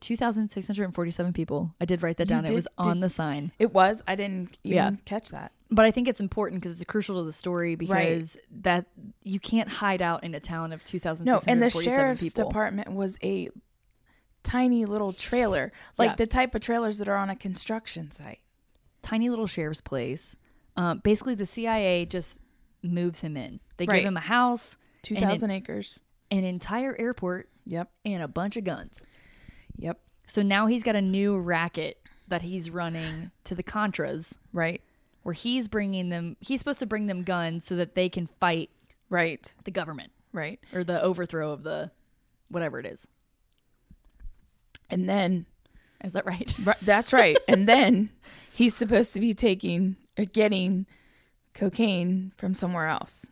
[SPEAKER 5] 2,647 people. I did write that down.
[SPEAKER 6] did-
[SPEAKER 5] it was on
[SPEAKER 6] did-
[SPEAKER 5] the sign.
[SPEAKER 6] It was. I didn't even
[SPEAKER 5] Yeah.
[SPEAKER 6] catch that.
[SPEAKER 5] but I think it's important because it's crucial to the story because that you can't hide out in a town of two thousand.
[SPEAKER 6] No, and the sheriff's
[SPEAKER 5] people.
[SPEAKER 6] department was a tiny little trailer, like
[SPEAKER 5] Yeah.
[SPEAKER 6] the type of trailers that are on a construction site.
[SPEAKER 5] tiny little sheriff's place. Um, basically, the CIA just moves him in. They
[SPEAKER 6] Right.
[SPEAKER 5] give him a house,
[SPEAKER 6] Two
[SPEAKER 5] and an-
[SPEAKER 6] thousand acres.
[SPEAKER 5] an entire airport,
[SPEAKER 6] Yep.
[SPEAKER 5] and a bunch of guns.
[SPEAKER 6] Yep.
[SPEAKER 5] So now he's got a new racket that he's running to the Contras,
[SPEAKER 6] Right.
[SPEAKER 5] where he's bringing them. He's supposed to bring them guns so that they can fight
[SPEAKER 6] Right.
[SPEAKER 5] the government
[SPEAKER 6] Right.
[SPEAKER 5] or the overthrow of the whatever it is.
[SPEAKER 6] And then
[SPEAKER 5] Is that right?
[SPEAKER 6] Ri- That's right. and then he's supposed to be taking or getting cocaine from somewhere else.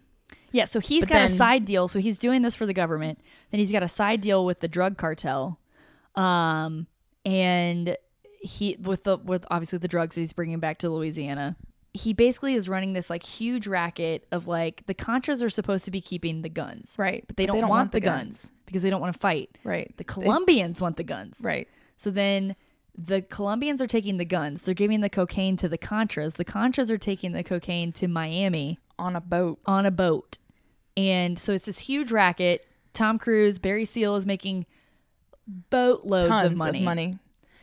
[SPEAKER 5] Yeah, so he's
[SPEAKER 6] But
[SPEAKER 5] got a
[SPEAKER 6] then-
[SPEAKER 5] side deal. So he's doing this for the government. Then he's got a side deal with the drug cartel, um, and he with the with obviously the drugs that he's bringing back to Louisiana. He basically is running this like huge racket of like the Contras are supposed to be keeping the guns,
[SPEAKER 6] Right,
[SPEAKER 5] But they don't, want, the guns. because they don't want to fight,
[SPEAKER 6] Right.
[SPEAKER 5] The
[SPEAKER 6] They-
[SPEAKER 5] Colombians want the guns,
[SPEAKER 6] Right.
[SPEAKER 5] So then the Colombians are taking the guns. They're giving the cocaine to the Contras. The Contras are taking the cocaine to Miami
[SPEAKER 6] On a boat.
[SPEAKER 5] on a boat. And so it's this huge racket. Tom Cruise, Barry Seal is making boatloads
[SPEAKER 6] Tons
[SPEAKER 5] of money.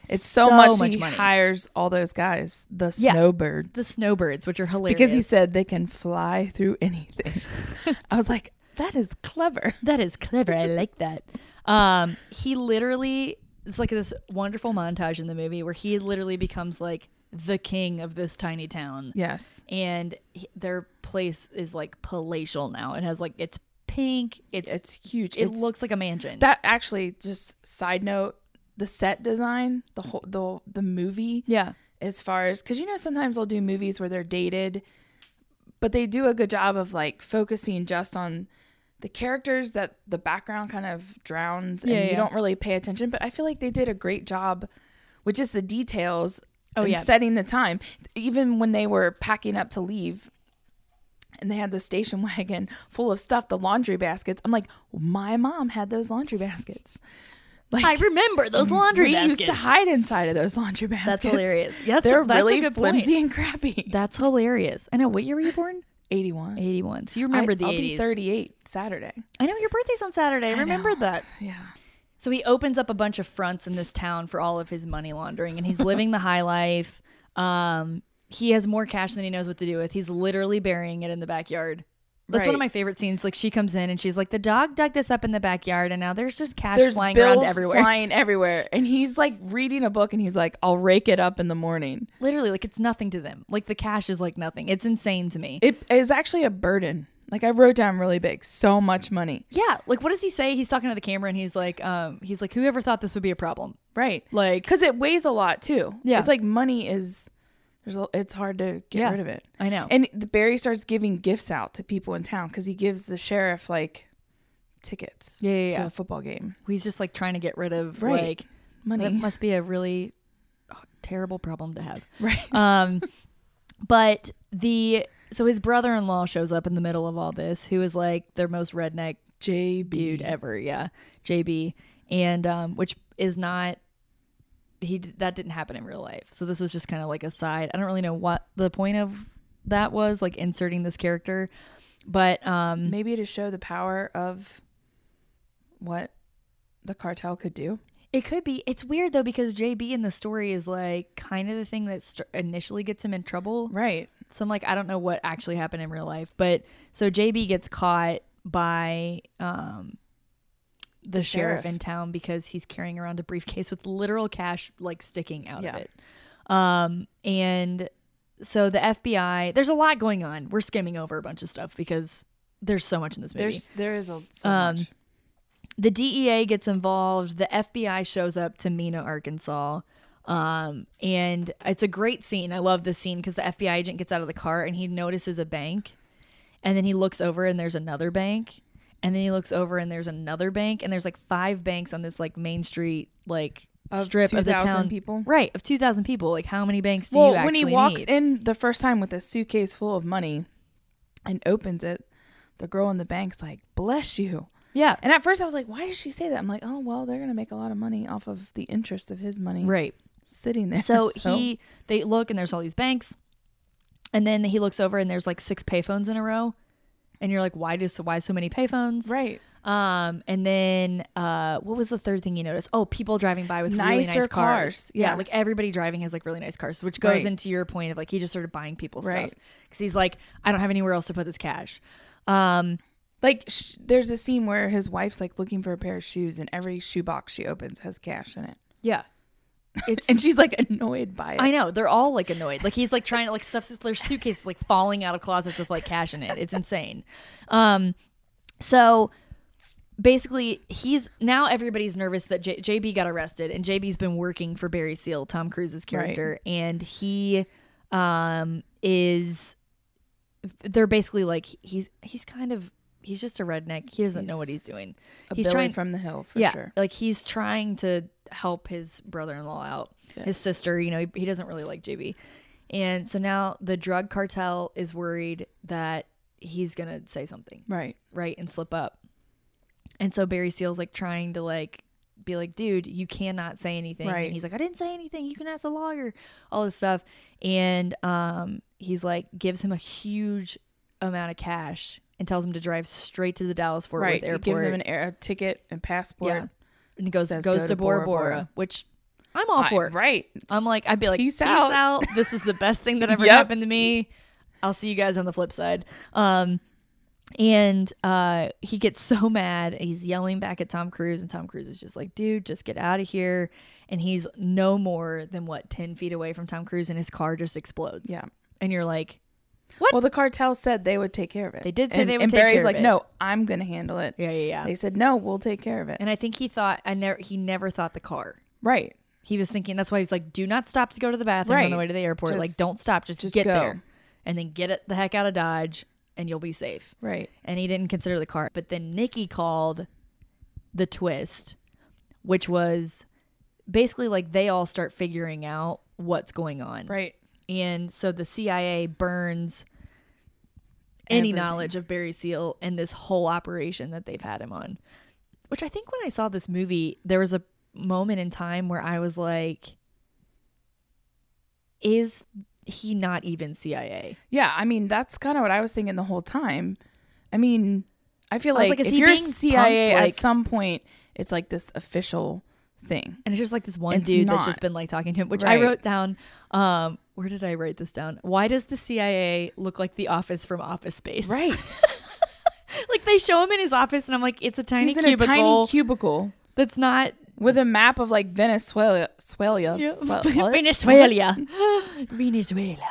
[SPEAKER 6] It's so,
[SPEAKER 5] So
[SPEAKER 6] much,
[SPEAKER 5] much
[SPEAKER 6] he
[SPEAKER 5] money.
[SPEAKER 6] hires all those guys, the
[SPEAKER 5] Yeah.
[SPEAKER 6] snowbirds.
[SPEAKER 5] The snowbirds, which are hilarious.
[SPEAKER 6] because he said they can fly through anything. I was like, that is clever.
[SPEAKER 5] that is clever. I like that. Um, he literally it's like this wonderful montage in the movie where he literally becomes like the king of this tiny town.
[SPEAKER 6] Yes.
[SPEAKER 5] And he, their place is like palatial now. It has like it's pink. It's,
[SPEAKER 6] It's huge.
[SPEAKER 5] it
[SPEAKER 6] It's-
[SPEAKER 5] looks like a mansion.
[SPEAKER 6] That actually just side note, the set design, the whole the the movie.
[SPEAKER 5] yeah.
[SPEAKER 6] as far as because you know sometimes they'll do movies where they're dated but they do a good job of like focusing just on the characters that the background kind of drowns
[SPEAKER 5] Yeah,
[SPEAKER 6] and you
[SPEAKER 5] yeah.
[SPEAKER 6] don't really pay attention but i feel like they did a great job with just the details
[SPEAKER 5] Oh,
[SPEAKER 6] and
[SPEAKER 5] yeah.
[SPEAKER 6] setting the time even when they were packing up to leave and they had the station wagon full of stuff the laundry baskets i'm like my mom had those laundry baskets like
[SPEAKER 5] I remember those laundry
[SPEAKER 6] we
[SPEAKER 5] baskets.
[SPEAKER 6] used to hide inside of those laundry baskets.
[SPEAKER 5] hilarious. Yeah, that's-
[SPEAKER 6] They're
[SPEAKER 5] that's a
[SPEAKER 6] really
[SPEAKER 5] good point.
[SPEAKER 6] flimsy and crappy.
[SPEAKER 5] That's hilarious. I know. What year were you born?
[SPEAKER 6] 81.
[SPEAKER 5] 81. So you remember
[SPEAKER 6] I,
[SPEAKER 5] the
[SPEAKER 6] I'll
[SPEAKER 5] 80s.
[SPEAKER 6] be 38 Saturday.
[SPEAKER 5] I know your birthday's on Saturday. I remembered that.
[SPEAKER 6] Yeah.
[SPEAKER 5] So he opens up a bunch of fronts in this town for all of his money laundering, and he's living the high life. Um, he has more cash than he knows what to do with. He's literally burying it in the backyard. That's one of
[SPEAKER 6] Right.
[SPEAKER 5] my favorite scenes. Like she comes in and she's like, "The dog dug this up in the backyard, and now there's just cash
[SPEAKER 6] There's
[SPEAKER 5] flying
[SPEAKER 6] bills
[SPEAKER 5] around everywhere."
[SPEAKER 6] flying everywhere, and he's like reading a book, and he's like, "I'll rake it up in the morning."
[SPEAKER 5] Literally, like it's nothing to them. Like the cash is like nothing. It's insane to me.
[SPEAKER 6] It is actually a burden. Like I wrote down really big, so much money.
[SPEAKER 5] yeah, like what does he say? He's talking to the camera and he's like, um, he's like, "Whoever thought this would be a problem?"
[SPEAKER 6] Right.
[SPEAKER 5] Like-
[SPEAKER 6] because it weighs a lot too.
[SPEAKER 5] Yeah.
[SPEAKER 6] It's like money is there's a, it's hard to get
[SPEAKER 5] Yeah,
[SPEAKER 6] rid of it.
[SPEAKER 5] I know.
[SPEAKER 6] And the Barry starts giving gifts out to people in town because he gives the sheriff like tickets
[SPEAKER 5] Yeah, yeah,
[SPEAKER 6] to
[SPEAKER 5] yeah.
[SPEAKER 6] a football game.
[SPEAKER 5] He's just like trying to get rid of
[SPEAKER 6] Right.
[SPEAKER 5] like
[SPEAKER 6] Money.
[SPEAKER 5] That must be a really terrible problem to have.
[SPEAKER 6] Right.
[SPEAKER 5] Um, but the so his brother-in-law shows up in the middle of all this, who is like their most redneck
[SPEAKER 6] JB.
[SPEAKER 5] dude ever. Yeah, JB, and um, which is not he d- that didn't happen in real life. So this was just kind of like a side. I don't really know what the point of that was, like inserting this character, but um,
[SPEAKER 6] Maybe to show the power of what the cartel could do.
[SPEAKER 5] It could be. It's weird though because JB in the story is like kind of the thing that st- initially gets him in trouble.
[SPEAKER 6] Right.
[SPEAKER 5] So I'm like, I don't know what actually happened in real life, but so JB gets caught by um, the, sheriff.
[SPEAKER 6] sheriff.
[SPEAKER 5] in town because he's carrying around a briefcase with literal cash like sticking out
[SPEAKER 6] Yeah.
[SPEAKER 5] of it. Um, and so the FBI, there's a lot going on. We're skimming over a bunch of stuff because there's so much in this movie
[SPEAKER 6] There's there is a so
[SPEAKER 5] Um,
[SPEAKER 6] much.
[SPEAKER 5] the DEA gets involved. The FBI shows up to Mena, Arkansas. Um, and it's a great scene. I love this scene because the FBI agent gets out of the car and he notices a bank. And then he looks over and there's another bank. And then he looks over and there's another bank. And there's like five banks on this like main street, like
[SPEAKER 6] Of
[SPEAKER 5] strip of the
[SPEAKER 6] 2,000
[SPEAKER 5] town.
[SPEAKER 6] people?
[SPEAKER 5] Right. Of 2,000 people. Like, how many banks do
[SPEAKER 6] well,
[SPEAKER 5] you actually
[SPEAKER 6] when he walks
[SPEAKER 5] need?
[SPEAKER 6] in the first time with a suitcase full of money and opens it, the girl in the bank's like, "Bless you."
[SPEAKER 5] Yeah.
[SPEAKER 6] And at first I was like, "Why did she say that?" I'm like, "Oh, well, they're going to make a lot of money off of the interest of his money
[SPEAKER 5] Right.
[SPEAKER 6] sitting there."
[SPEAKER 5] So, he, they look and there's all these banks, and then he looks over and there's like six payphones in a row, and you're like, why do so why so many payphones?
[SPEAKER 6] right
[SPEAKER 5] Um, and then uh, what was the third thing you noticed? Oh, people driving by with really
[SPEAKER 6] Nicer
[SPEAKER 5] nice cars.
[SPEAKER 6] cars.
[SPEAKER 5] Yeah.
[SPEAKER 6] Yeah.
[SPEAKER 5] like everybody driving has like really nice cars, which goes
[SPEAKER 6] Right.
[SPEAKER 5] into your point of like he just started buying people
[SPEAKER 6] Right.
[SPEAKER 5] stuff because he's like, I don't have anywhere else to put this cash. Um,
[SPEAKER 6] like sh- there's a scene where his wife's like looking for a pair of shoes and every shoebox she opens has cash in it.
[SPEAKER 5] yeah, it's
[SPEAKER 6] And she's like annoyed by it.
[SPEAKER 5] I know they're all like annoyed. Like he's like trying to like stuff their suitcase like falling out of closets with like cash in it. It's insane. Um, so basically, he's now everybody's nervous that J- JB got arrested, and JB's been working for Barry Seal, Tom Cruise's character, and he um is. They're basically like he's he's kind of he's just a redneck. He doesn't know what he's doing.
[SPEAKER 6] A
[SPEAKER 5] he's
[SPEAKER 6] Billy
[SPEAKER 5] trying
[SPEAKER 6] from the hill for
[SPEAKER 5] yeah,
[SPEAKER 6] sure.
[SPEAKER 5] like he's trying to help his brother-in-law out, his sister. You know, he, he doesn't really like JB, and so now the drug cartel is worried that he's gonna say something
[SPEAKER 6] Right.
[SPEAKER 5] right and slip up, and so Barry Seal's like trying to like be like, dude, you cannot say anything.
[SPEAKER 6] Right.
[SPEAKER 5] And he's like, I didn't say anything. You can ask a lawyer, all this stuff, and um, he's like gives him a huge amount of cash and tells him to drive straight to the Dallas Fort
[SPEAKER 6] Right.
[SPEAKER 5] Worth
[SPEAKER 6] It
[SPEAKER 5] airport.
[SPEAKER 6] gives him an air, a ticket and passport.
[SPEAKER 5] Yeah. And he goes
[SPEAKER 6] says
[SPEAKER 5] goes
[SPEAKER 6] go
[SPEAKER 5] to Bora Bora,
[SPEAKER 6] Bora.
[SPEAKER 5] which I'm all
[SPEAKER 6] I-
[SPEAKER 5] for.
[SPEAKER 6] right.
[SPEAKER 5] I'm like I'd be like peace,
[SPEAKER 6] Peace
[SPEAKER 5] out.
[SPEAKER 6] out."
[SPEAKER 5] This is the best thing that ever
[SPEAKER 6] Yep.
[SPEAKER 5] happened to me. I'll see you guys on the flip side. Um and uh he gets so mad. He's yelling back at Tom Cruise and Tom Cruise is just like, "Dude, just get out of here." And he's no more than what 10 feet away from Tom Cruise and his car just explodes.
[SPEAKER 6] Yeah.
[SPEAKER 5] And you're like,
[SPEAKER 6] Well, the cartel said they would take care of it.
[SPEAKER 5] They did say
[SPEAKER 6] and,
[SPEAKER 5] they would
[SPEAKER 6] and
[SPEAKER 5] take
[SPEAKER 6] Barry's
[SPEAKER 5] care of
[SPEAKER 6] like,
[SPEAKER 5] it.
[SPEAKER 6] no, I'm going to handle it.
[SPEAKER 5] "Yeah, yeah, yeah."
[SPEAKER 6] They said, no, we'll take care of it.
[SPEAKER 5] And I think he thought I never he never thought the car.
[SPEAKER 6] right.
[SPEAKER 5] He was thinking that's why he's like, do not stop to go to the bathroom on the
[SPEAKER 6] Right.
[SPEAKER 5] way to the airport. like,
[SPEAKER 6] Just-
[SPEAKER 5] don't stop, just,
[SPEAKER 6] just
[SPEAKER 5] get
[SPEAKER 6] go.
[SPEAKER 5] there, and then get it the heck out of Dodge, and you'll be safe.
[SPEAKER 6] Right.
[SPEAKER 5] And he didn't consider the car, but then Nikki called the twist, which was basically like they all start figuring out what's going on,
[SPEAKER 6] Right.
[SPEAKER 5] and so the CIA burns any
[SPEAKER 6] Everything.
[SPEAKER 5] knowledge of Barry Seal and this whole operation that they've had him on. Which I think when I saw this movie, there was a moment in time where I was like, is he not even CIA?
[SPEAKER 6] Yeah. I mean, that's kind of what I was thinking the whole time. I mean, I feel
[SPEAKER 5] I was
[SPEAKER 6] like,
[SPEAKER 5] like, is
[SPEAKER 6] if
[SPEAKER 5] he
[SPEAKER 6] you're
[SPEAKER 5] being
[SPEAKER 6] CIA
[SPEAKER 5] punked, like-
[SPEAKER 6] at some point it's like this official thing.
[SPEAKER 5] And it's just like this one
[SPEAKER 6] It's
[SPEAKER 5] dude
[SPEAKER 6] not.
[SPEAKER 5] that's just been like talking to him, which I
[SPEAKER 6] Right.
[SPEAKER 5] wrote down. Um, where did I write this down? Why does the CIA look like the office from Office Space?
[SPEAKER 6] Right.
[SPEAKER 5] Like they show him in his office, and I'm like, it's a tiny
[SPEAKER 6] He's in
[SPEAKER 5] cubicle
[SPEAKER 6] a tiny cubicle
[SPEAKER 5] that's not
[SPEAKER 6] with a map of like Venezuela. Venezuela.
[SPEAKER 5] Venezuela. Venezuela.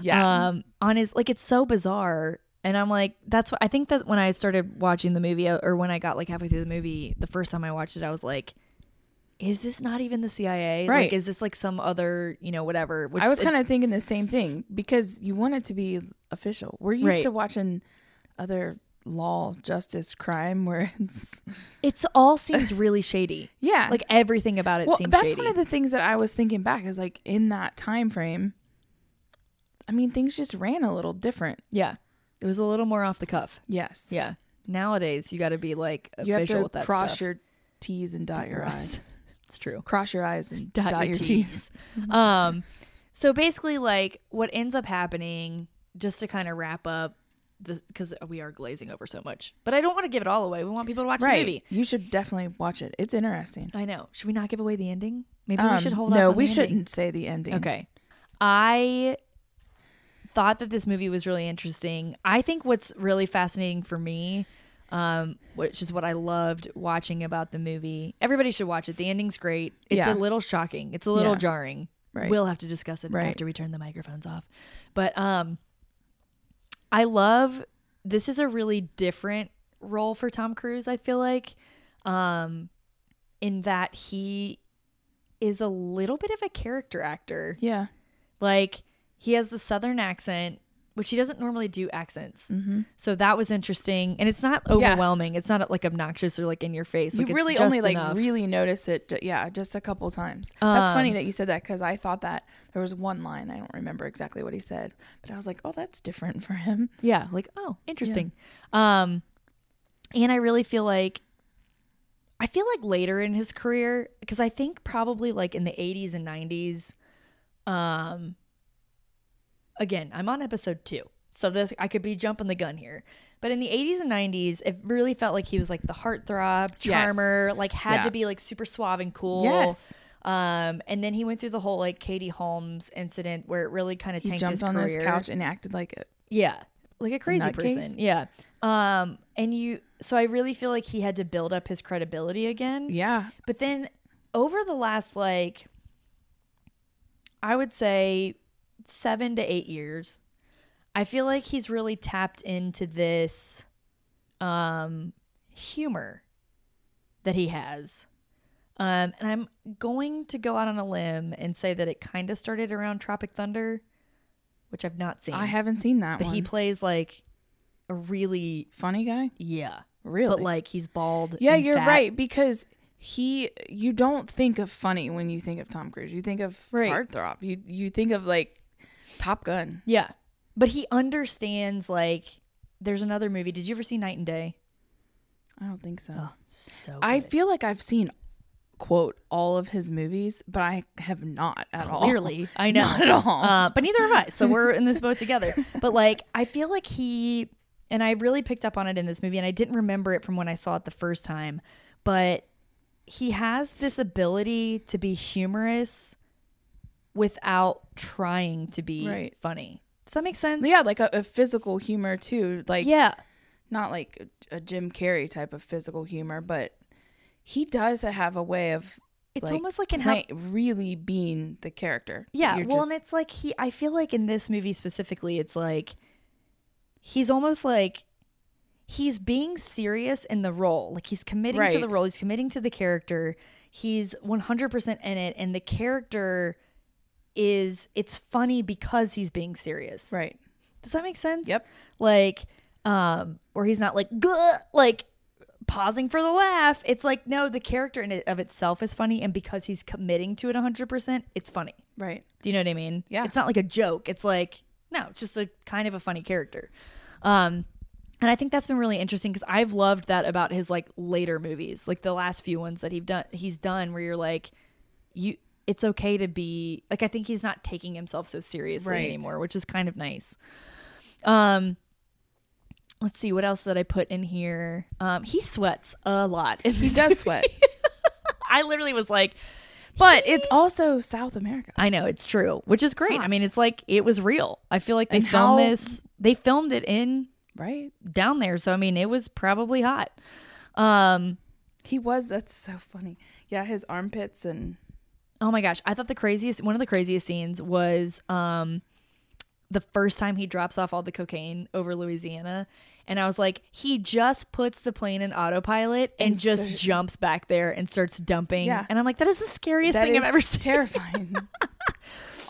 [SPEAKER 6] Yeah.
[SPEAKER 5] Um, on his like it's so bizarre. And I'm like, that's what I think that when I started watching the movie uh, or when I got like halfway through the movie, the first time I watched it, I was like, is this not even the CIA?
[SPEAKER 6] Right.
[SPEAKER 5] Like, is this like some other, you know, whatever? Which
[SPEAKER 6] I was
[SPEAKER 5] it-
[SPEAKER 6] kind of thinking the same thing because you want it to be official. We're used
[SPEAKER 5] Right.
[SPEAKER 6] to watching other law, justice, crime where it's
[SPEAKER 5] It's all seems really shady.
[SPEAKER 6] Yeah.
[SPEAKER 5] Like everything about it
[SPEAKER 6] well,
[SPEAKER 5] seems
[SPEAKER 6] that's
[SPEAKER 5] shady.
[SPEAKER 6] one of the things that I was thinking back is like in that time frame. I mean, things just ran a little different.
[SPEAKER 5] yeah. It was a little more off the cuff.
[SPEAKER 6] Yes.
[SPEAKER 5] Yeah. Nowadays, you got to be like
[SPEAKER 6] You
[SPEAKER 5] official
[SPEAKER 6] have to
[SPEAKER 5] with that
[SPEAKER 6] cross
[SPEAKER 5] stuff.
[SPEAKER 6] your T's and dot your I's.
[SPEAKER 5] it's true.
[SPEAKER 6] Cross your I's and
[SPEAKER 5] dot, your, T's. um, so basically, like what ends up happening, just to kind of wrap up, because we are glazing over so much, but I don't want to give it all away. We want people to watch
[SPEAKER 6] Right.
[SPEAKER 5] the movie.
[SPEAKER 6] You should definitely watch it. It's interesting.
[SPEAKER 5] I know. Should we not give away the ending? Maybe we should
[SPEAKER 6] Um,
[SPEAKER 5] hold.
[SPEAKER 6] No,
[SPEAKER 5] off on
[SPEAKER 6] we
[SPEAKER 5] the
[SPEAKER 6] shouldn't
[SPEAKER 5] ending.
[SPEAKER 6] say the ending.
[SPEAKER 5] Okay. I thought that this movie was really interesting. I think what's really fascinating for me, um, which is what I loved watching about the movie, everybody should watch it. The ending's great. It's
[SPEAKER 6] Yeah.
[SPEAKER 5] a little shocking, it's a little
[SPEAKER 6] Yeah.
[SPEAKER 5] jarring.
[SPEAKER 6] Right.
[SPEAKER 5] We'll have to discuss it
[SPEAKER 6] Right.
[SPEAKER 5] after we turn the microphones off. But um, I love this is a really different role for Tom Cruise, I feel like, um, in that he is a little bit of a character actor.
[SPEAKER 6] Yeah.
[SPEAKER 5] Like he has the southern accent, which he doesn't normally do accents.
[SPEAKER 6] Mm-hmm.
[SPEAKER 5] So that was interesting, and it's not overwhelming. It's not like obnoxious or like in your face. Like,
[SPEAKER 6] you
[SPEAKER 5] it's
[SPEAKER 6] really
[SPEAKER 5] just
[SPEAKER 6] only like
[SPEAKER 5] enough. Um,
[SPEAKER 6] really notice it. ju- Yeah, just a couple times. That's funny that you said that because I thought that there was one line I don't remember exactly what he said, but I was like, oh, that's different for him.
[SPEAKER 5] yeah, like oh, interesting. Um, and I really feel like. I feel like later in his career, because I think probably like in the 80s and 90s, um, again, I'm on episode two, so this I could be jumping the gun here. But in the 80s and 90s, it really felt like he was like the heartthrob, charmer, like had
[SPEAKER 6] Yeah.
[SPEAKER 5] to be like super suave and cool.
[SPEAKER 6] Yes.
[SPEAKER 5] Um, and then he went through the whole like Katie Holmes incident where it really kind of
[SPEAKER 6] He
[SPEAKER 5] tanked
[SPEAKER 6] jumped
[SPEAKER 5] his
[SPEAKER 6] on
[SPEAKER 5] career.
[SPEAKER 6] this couch and acted like it.
[SPEAKER 5] Yeah. Like a crazy
[SPEAKER 6] nutcase?
[SPEAKER 5] person. Yeah. Um, and you so I really feel like he had to build up his credibility again.
[SPEAKER 6] Yeah.
[SPEAKER 5] But then over the last like I would say 7 to 8 years, I feel like he's really tapped into this um humor that he has. Um and I'm going to go out on a limb and say that it kind of started around Tropic Thunder, which I've not seen.
[SPEAKER 6] I haven't seen that
[SPEAKER 5] But
[SPEAKER 6] one.
[SPEAKER 5] he plays like a really
[SPEAKER 6] funny guy.
[SPEAKER 5] yeah.
[SPEAKER 6] Really?
[SPEAKER 5] But like he's bald.
[SPEAKER 6] yeah,
[SPEAKER 5] and
[SPEAKER 6] you're
[SPEAKER 5] fat.
[SPEAKER 6] right because he you don't think of funny when you think of Tom Cruise. You think of
[SPEAKER 5] Right.
[SPEAKER 6] heartthrob. You you think of like Top Gun.
[SPEAKER 5] Yeah. But he understands like there's another movie. Did you ever see Night and Day?
[SPEAKER 6] I don't think so.
[SPEAKER 5] Oh, So
[SPEAKER 6] I
[SPEAKER 5] good.
[SPEAKER 6] feel like I've seen quote all of his movies, but I have not at all.
[SPEAKER 5] clearly I know
[SPEAKER 6] Not at all.
[SPEAKER 5] Uh, but neither have I. So we're in this boat together. But like I feel like he and I really picked up on it in this movie, and I didn't remember it from when I saw it the first time, but he has this ability to be humorous without trying to be
[SPEAKER 6] Right.
[SPEAKER 5] funny. Does that make sense?
[SPEAKER 6] Yeah, like a, a physical humor too. Like
[SPEAKER 5] Yeah.
[SPEAKER 6] not like a Jim Carrey type of physical humor, but he does have a way of
[SPEAKER 5] It's almost like an
[SPEAKER 6] play- really being the character.
[SPEAKER 5] Yeah,
[SPEAKER 6] You're
[SPEAKER 5] well,
[SPEAKER 6] just-
[SPEAKER 5] and it's like he. I feel like in this movie specifically, it's like he's almost like he's being serious in the role. Like he's committing to the
[SPEAKER 6] Right.
[SPEAKER 5] role. He's committing to the character. He's one hundred percent in it, and the character is. It's funny because he's being serious.
[SPEAKER 6] right.
[SPEAKER 5] Does that make sense?
[SPEAKER 6] Yep.
[SPEAKER 5] Like, um, or he's not like "Gah," like pausing for the laugh. It's like no, the character in it of itself is funny, and because he's committing to it one hundred percent, it's funny.
[SPEAKER 6] Right.
[SPEAKER 5] Do you know what I mean?
[SPEAKER 6] Yeah.
[SPEAKER 5] It's not like a joke. It's like, no, it's just a kind of a funny character. Um, and I think that's been really interesting because I've loved that about his like later movies, like the last few ones that he've done he's done where you're like, you it's okay to be like I think he's not taking himself so seriously
[SPEAKER 6] Right.
[SPEAKER 5] anymore, which is kind of nice. Um let's see what else that I put in here. Um he sweats a lot.
[SPEAKER 6] He does sweat.
[SPEAKER 5] I literally was like, but it's
[SPEAKER 6] It's also South America.
[SPEAKER 5] I know it's true, which is great. I mean, it's like it was real. I feel like they
[SPEAKER 6] And
[SPEAKER 5] filmed
[SPEAKER 6] how-
[SPEAKER 5] this. They filmed it in
[SPEAKER 6] Right.
[SPEAKER 5] down there, so I mean, it was probably hot. Um.
[SPEAKER 6] He was that's so funny. Yeah, his armpits and
[SPEAKER 5] Oh my gosh, I thought the craziest one of the craziest scenes was um the first time he drops off all the cocaine over Louisiana. And I was like, he just puts the plane in autopilot and,
[SPEAKER 6] And
[SPEAKER 5] just
[SPEAKER 6] start-
[SPEAKER 5] jumps back there and starts dumping.
[SPEAKER 6] Yeah.
[SPEAKER 5] And I'm like, that is the scariest
[SPEAKER 6] that
[SPEAKER 5] thing I've
[SPEAKER 6] is
[SPEAKER 5] ever seen.
[SPEAKER 6] terrifying.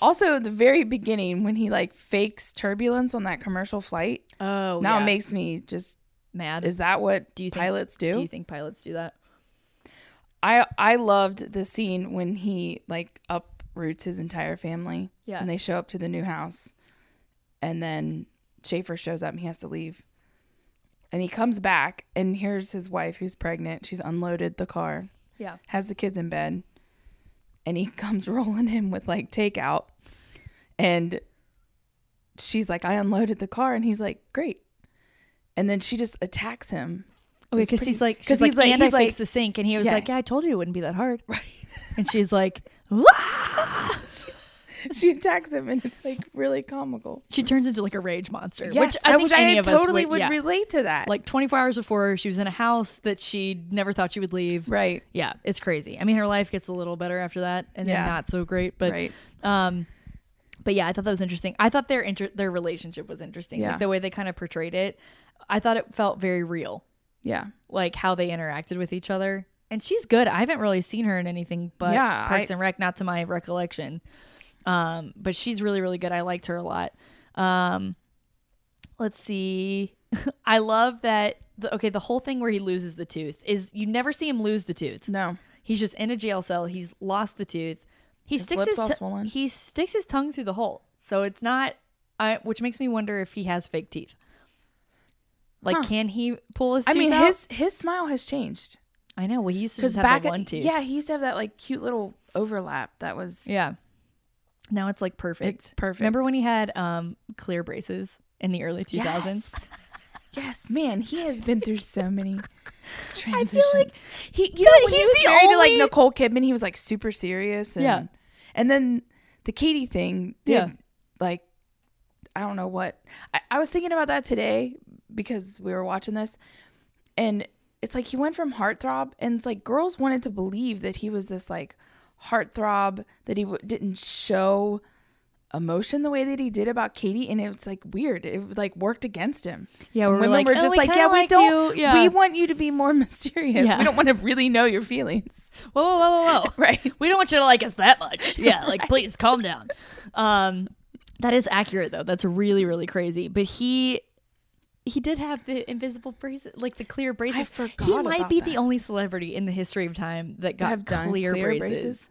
[SPEAKER 6] also, the very beginning when he like fakes turbulence on that commercial flight.
[SPEAKER 5] Oh,
[SPEAKER 6] now
[SPEAKER 5] yeah.
[SPEAKER 6] it makes me just
[SPEAKER 5] mad.
[SPEAKER 6] is that what
[SPEAKER 5] Do you think-
[SPEAKER 6] pilots do?
[SPEAKER 5] do you think pilots do that?
[SPEAKER 6] I I loved the scene when he like uproots his entire family.
[SPEAKER 5] Yeah.
[SPEAKER 6] And they show up to the new house. And then Schaefer shows up and he has to leave. And he comes back and here's his wife who's pregnant. She's unloaded the car,
[SPEAKER 5] Yeah.
[SPEAKER 6] has the kids in bed. And he comes rolling in with like takeout. And she's like, I unloaded the car. And he's like, Great. And then she just attacks him.
[SPEAKER 5] Okay,
[SPEAKER 6] It's
[SPEAKER 5] because
[SPEAKER 6] pretty-
[SPEAKER 5] Oh, he's like,
[SPEAKER 6] 'cause
[SPEAKER 5] because he's
[SPEAKER 6] he's
[SPEAKER 5] like,
[SPEAKER 6] like-
[SPEAKER 5] and
[SPEAKER 6] he's
[SPEAKER 5] I
[SPEAKER 6] like-
[SPEAKER 5] fixed the sink, and he was
[SPEAKER 6] Yeah.
[SPEAKER 5] like, yeah, I told you it wouldn't be that hard. Right. And she's like,
[SPEAKER 6] She attacks him and it's like really comical.
[SPEAKER 5] she turns into like a rage monster,
[SPEAKER 6] Yes,
[SPEAKER 5] which I
[SPEAKER 6] uh,
[SPEAKER 5] think any of us
[SPEAKER 6] totally would
[SPEAKER 5] yeah.
[SPEAKER 6] relate to that.
[SPEAKER 5] like 24 hours before she was in a house that she never thought she would leave
[SPEAKER 6] right,
[SPEAKER 5] yeah it's crazy i mean her life gets a little better after that and then
[SPEAKER 6] Yeah.
[SPEAKER 5] not so great but
[SPEAKER 6] right.
[SPEAKER 5] um but yeah i thought that was interesting i thought their inter- their relationship was interesting
[SPEAKER 6] Yeah.
[SPEAKER 5] like the way they kind of portrayed it i thought it felt very real
[SPEAKER 6] Yeah,
[SPEAKER 5] like how they interacted with each other and she's good i haven't really seen her in anything but
[SPEAKER 6] Yeah,
[SPEAKER 5] parks
[SPEAKER 6] I-
[SPEAKER 5] and rec not to my recollection um but she's really really good i liked her a lot um let's see i love that the, okay the whole thing where he loses the tooth is you never see him lose the tooth
[SPEAKER 6] no,
[SPEAKER 5] he's just in a jail cell he's lost the tooth he sticks
[SPEAKER 6] lips
[SPEAKER 5] his
[SPEAKER 6] all
[SPEAKER 5] tu-
[SPEAKER 6] swollen.
[SPEAKER 5] he sticks his tongue through the hole so it's not I, which makes me wonder if he has fake teeth like can he pull his
[SPEAKER 6] I
[SPEAKER 5] tooth
[SPEAKER 6] mean
[SPEAKER 5] out?
[SPEAKER 6] his his smile has changed
[SPEAKER 5] I know. Well, he used to
[SPEAKER 6] because
[SPEAKER 5] just have
[SPEAKER 6] back
[SPEAKER 5] the one tooth.
[SPEAKER 6] yeah, he used to have that like cute little overlap that was
[SPEAKER 5] Yeah. Now it's like perfect.
[SPEAKER 6] It's perfect.
[SPEAKER 5] Remember when he had um clear braces in the early 2000s?
[SPEAKER 6] Yes. Yes, man, he has been through so many transitions.
[SPEAKER 5] like-
[SPEAKER 6] he, you know,
[SPEAKER 5] like
[SPEAKER 6] when he
[SPEAKER 5] he's
[SPEAKER 6] was
[SPEAKER 5] the
[SPEAKER 6] married to like
[SPEAKER 5] only-
[SPEAKER 6] Nicole Kidman, he was like super serious. And,
[SPEAKER 5] Yeah.
[SPEAKER 6] and then the Katie thing did
[SPEAKER 5] Yeah.
[SPEAKER 6] like I don't know what I, I was thinking about that today because we were watching this, and it's like he went from heartthrob, and it's like girls wanted to believe that he was this like heartthrob that he w- didn't show emotion the way that he did about Katie, and it's like weird. It like worked against him.
[SPEAKER 5] Yeah,
[SPEAKER 6] And
[SPEAKER 5] we were
[SPEAKER 6] women
[SPEAKER 5] like,
[SPEAKER 6] were
[SPEAKER 5] "Oh,
[SPEAKER 6] just
[SPEAKER 5] we
[SPEAKER 6] like,
[SPEAKER 5] kinda
[SPEAKER 6] yeah, we
[SPEAKER 5] like
[SPEAKER 6] don't.
[SPEAKER 5] you." Yeah.
[SPEAKER 6] We want you to be more mysterious.
[SPEAKER 5] Yeah.
[SPEAKER 6] We don't want to really know your feelings.
[SPEAKER 5] Whoa, whoa, whoa, whoa, whoa.
[SPEAKER 6] Right.
[SPEAKER 5] We don't want you to like us that much. Yeah, like please calm down. Um that is accurate though. That's really really crazy. But he he did have the invisible braces, like the clear braces. he
[SPEAKER 6] forgot
[SPEAKER 5] might
[SPEAKER 6] about
[SPEAKER 5] be
[SPEAKER 6] that.
[SPEAKER 5] the only celebrity in the history of time that got
[SPEAKER 6] Have done
[SPEAKER 5] clear, braces.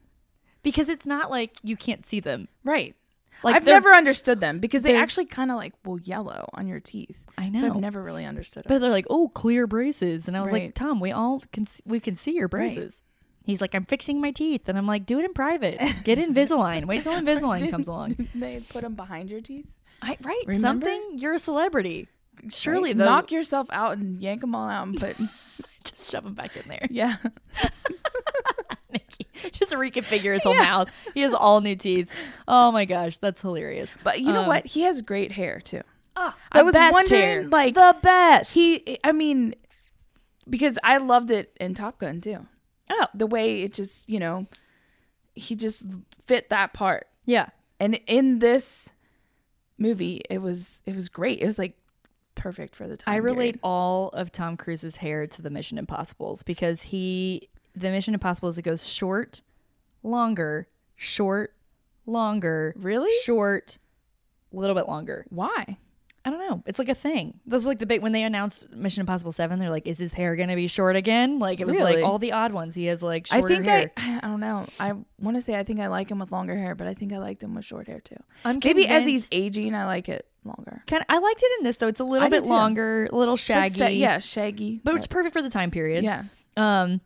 [SPEAKER 5] because it's not like you can't see them.
[SPEAKER 6] Right.
[SPEAKER 5] Like
[SPEAKER 6] I've
[SPEAKER 5] they're-
[SPEAKER 6] never understood them because they
[SPEAKER 5] they're-
[SPEAKER 6] actually kind of like will yellow on your teeth.
[SPEAKER 5] I
[SPEAKER 6] So
[SPEAKER 5] know.
[SPEAKER 6] I've never really understood it.
[SPEAKER 5] But they're like, "Oh, clear braces," and I was like,
[SPEAKER 6] Right.
[SPEAKER 5] "Tom, we all can see, we can see your braces." He's like, "I'm fixing my teeth," and I'm like, "Do it in private. Get Invisalign. Wait till Invisalign comes along."
[SPEAKER 6] they put them behind your teeth.
[SPEAKER 5] I, right?
[SPEAKER 6] Remember?
[SPEAKER 5] Something. You're a celebrity. Surely
[SPEAKER 6] Right?
[SPEAKER 5] though,
[SPEAKER 6] knock yourself out and yank them all out and put.
[SPEAKER 5] just shove him back in there.
[SPEAKER 6] yeah.
[SPEAKER 5] Nikki, just reconfigure his whole mouth. He has all new teeth. Oh my gosh, that's hilarious.
[SPEAKER 6] But you know
[SPEAKER 5] Um,
[SPEAKER 6] what? He has great hair too.
[SPEAKER 5] Ah, The
[SPEAKER 6] I was
[SPEAKER 5] best
[SPEAKER 6] wondering,
[SPEAKER 5] hair.
[SPEAKER 6] like-
[SPEAKER 5] the best.
[SPEAKER 6] He, I mean, because I loved it in Top Gun too.
[SPEAKER 5] oh
[SPEAKER 6] The way it just, you know, he just fit that part.
[SPEAKER 5] yeah,
[SPEAKER 6] and in this movie it was it was great it was like perfect for the time
[SPEAKER 5] I relate
[SPEAKER 6] period.
[SPEAKER 5] all of Tom Cruise's hair to the Mission Impossibles because he the Mission Impossible is it goes short, longer, short, longer,
[SPEAKER 6] Really?
[SPEAKER 5] short, a little bit longer.
[SPEAKER 6] why
[SPEAKER 5] I don't know. It's like a thing. This is like the big when they announced Mission Impossible Seven. They're like, is his hair gonna be short again? Like it was
[SPEAKER 6] Really?
[SPEAKER 5] like all the odd ones. He has like
[SPEAKER 6] i
[SPEAKER 5] shorter
[SPEAKER 6] think
[SPEAKER 5] hair.
[SPEAKER 6] i i don't know i want to say i think i like him with longer hair but i think i liked him with short hair too
[SPEAKER 5] I'm
[SPEAKER 6] maybe as he's
[SPEAKER 5] convinced-
[SPEAKER 6] aging i like it longer
[SPEAKER 5] Kind of, I liked it in this though. It's a little
[SPEAKER 6] I did
[SPEAKER 5] bit
[SPEAKER 6] too.
[SPEAKER 5] longer, a little
[SPEAKER 6] It's like
[SPEAKER 5] shaggy.
[SPEAKER 6] sa- yeah shaggy
[SPEAKER 5] but it's perfect for the time period.
[SPEAKER 6] yeah
[SPEAKER 5] Um,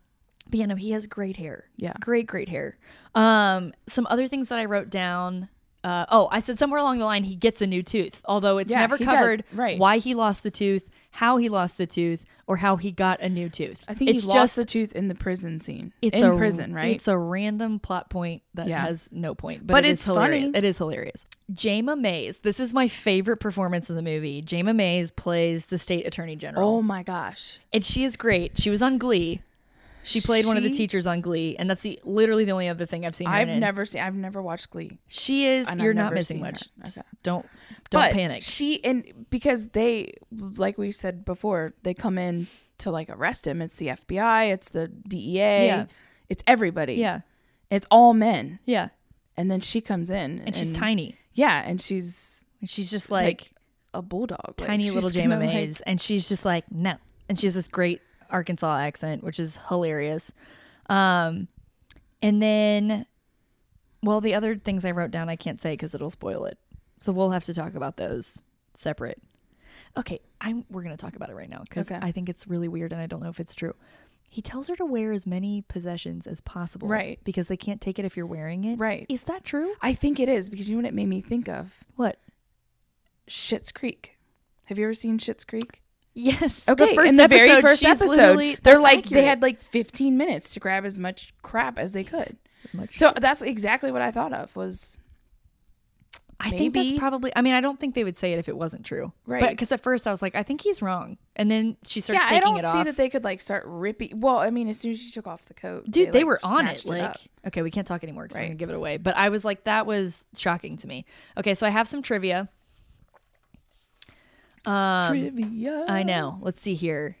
[SPEAKER 5] but yeah, no, he has great hair.
[SPEAKER 6] Yeah.
[SPEAKER 5] great, great hair. Um, some other things that I wrote down. Uh, oh, I said somewhere along the line he gets a new tooth, although it's
[SPEAKER 6] Yeah,
[SPEAKER 5] never
[SPEAKER 6] he does.
[SPEAKER 5] covered
[SPEAKER 6] Right.
[SPEAKER 5] why he lost the tooth, how he lost the tooth or how he got a new tooth.
[SPEAKER 6] I think
[SPEAKER 5] it's
[SPEAKER 6] he lost the tooth in the prison scene. in prison, right?
[SPEAKER 5] It's a random plot point that
[SPEAKER 6] Yeah.
[SPEAKER 5] has no point, but,
[SPEAKER 6] But
[SPEAKER 5] it is
[SPEAKER 6] it's funny.
[SPEAKER 5] hilarious. It is hilarious. Jama Mays. This is my favorite performance in the movie. Jama Mays plays the state attorney general,
[SPEAKER 6] oh my gosh.
[SPEAKER 5] and she is great. She was on Glee. She played one of the
[SPEAKER 6] She-
[SPEAKER 5] teachers on Glee, and that's the literally the only other thing I've seen. her
[SPEAKER 6] I've
[SPEAKER 5] in.
[SPEAKER 6] never seen I've never watched Glee.
[SPEAKER 5] She is.
[SPEAKER 6] and I've
[SPEAKER 5] You're not
[SPEAKER 6] never
[SPEAKER 5] missing
[SPEAKER 6] seen her.
[SPEAKER 5] much. Just
[SPEAKER 6] Okay.
[SPEAKER 5] Don't don't
[SPEAKER 6] But
[SPEAKER 5] panic.
[SPEAKER 6] She and because they like we said before, they come in to like arrest him. It's the FBI, it's the DEA,
[SPEAKER 5] Yeah.
[SPEAKER 6] it's everybody.
[SPEAKER 5] yeah,
[SPEAKER 6] It's all men.
[SPEAKER 5] yeah.
[SPEAKER 6] And then she comes in
[SPEAKER 5] And, she's tiny.
[SPEAKER 6] Yeah, and she's
[SPEAKER 5] And she's just
[SPEAKER 6] like,
[SPEAKER 5] like,
[SPEAKER 6] a bulldog. Like,
[SPEAKER 5] tiny
[SPEAKER 6] she's
[SPEAKER 5] little Jama
[SPEAKER 6] gonna, like-
[SPEAKER 5] Mays, and she's just like no. And she has this great Arkansas accent, which is hilarious. Um, and then, well, the other things I wrote down I can't say because it'll spoil it. So we'll have to talk about those separate. Okay, I'm we're gonna talk about it right now because
[SPEAKER 6] Okay.
[SPEAKER 5] I think it's really weird and I don't know if it's true. He tells her to wear as many possessions as possible,
[SPEAKER 6] Right.
[SPEAKER 5] Because they can't take it if you're wearing it,
[SPEAKER 6] Right.
[SPEAKER 5] Is that true?
[SPEAKER 6] I think it is because you know what it made me think of?
[SPEAKER 5] What?
[SPEAKER 6] Shits Creek. Have you ever seen Shits Creek?
[SPEAKER 5] Yes.
[SPEAKER 6] Okay, in the very first
[SPEAKER 5] she's literally-
[SPEAKER 6] episode, they're
[SPEAKER 5] that's
[SPEAKER 6] like
[SPEAKER 5] accurate.
[SPEAKER 6] they had like 15 minutes to grab as much crap as they could.
[SPEAKER 5] As much
[SPEAKER 6] So that's exactly what I thought of was
[SPEAKER 5] I think that's
[SPEAKER 6] Maybe.
[SPEAKER 5] probably. I mean, I don't think they would say it if it wasn't true,
[SPEAKER 6] Right.
[SPEAKER 5] Because at first I was like, I think he's wrong, and then she starts
[SPEAKER 6] yeah. I
[SPEAKER 5] taking
[SPEAKER 6] don't
[SPEAKER 5] it
[SPEAKER 6] see
[SPEAKER 5] off.
[SPEAKER 6] that they could like start ripping. Well, I mean, as soon as she took off the coat,
[SPEAKER 5] Dude, they,
[SPEAKER 6] like,
[SPEAKER 5] were on it.
[SPEAKER 6] snatched
[SPEAKER 5] Like,
[SPEAKER 6] up.
[SPEAKER 5] okay, we can't talk anymore because I'm
[SPEAKER 6] Right.
[SPEAKER 5] gonna give it away. But I was like, that was shocking to me. Okay, so I have some trivia.
[SPEAKER 6] trivia.
[SPEAKER 5] um, I know. Let's see here.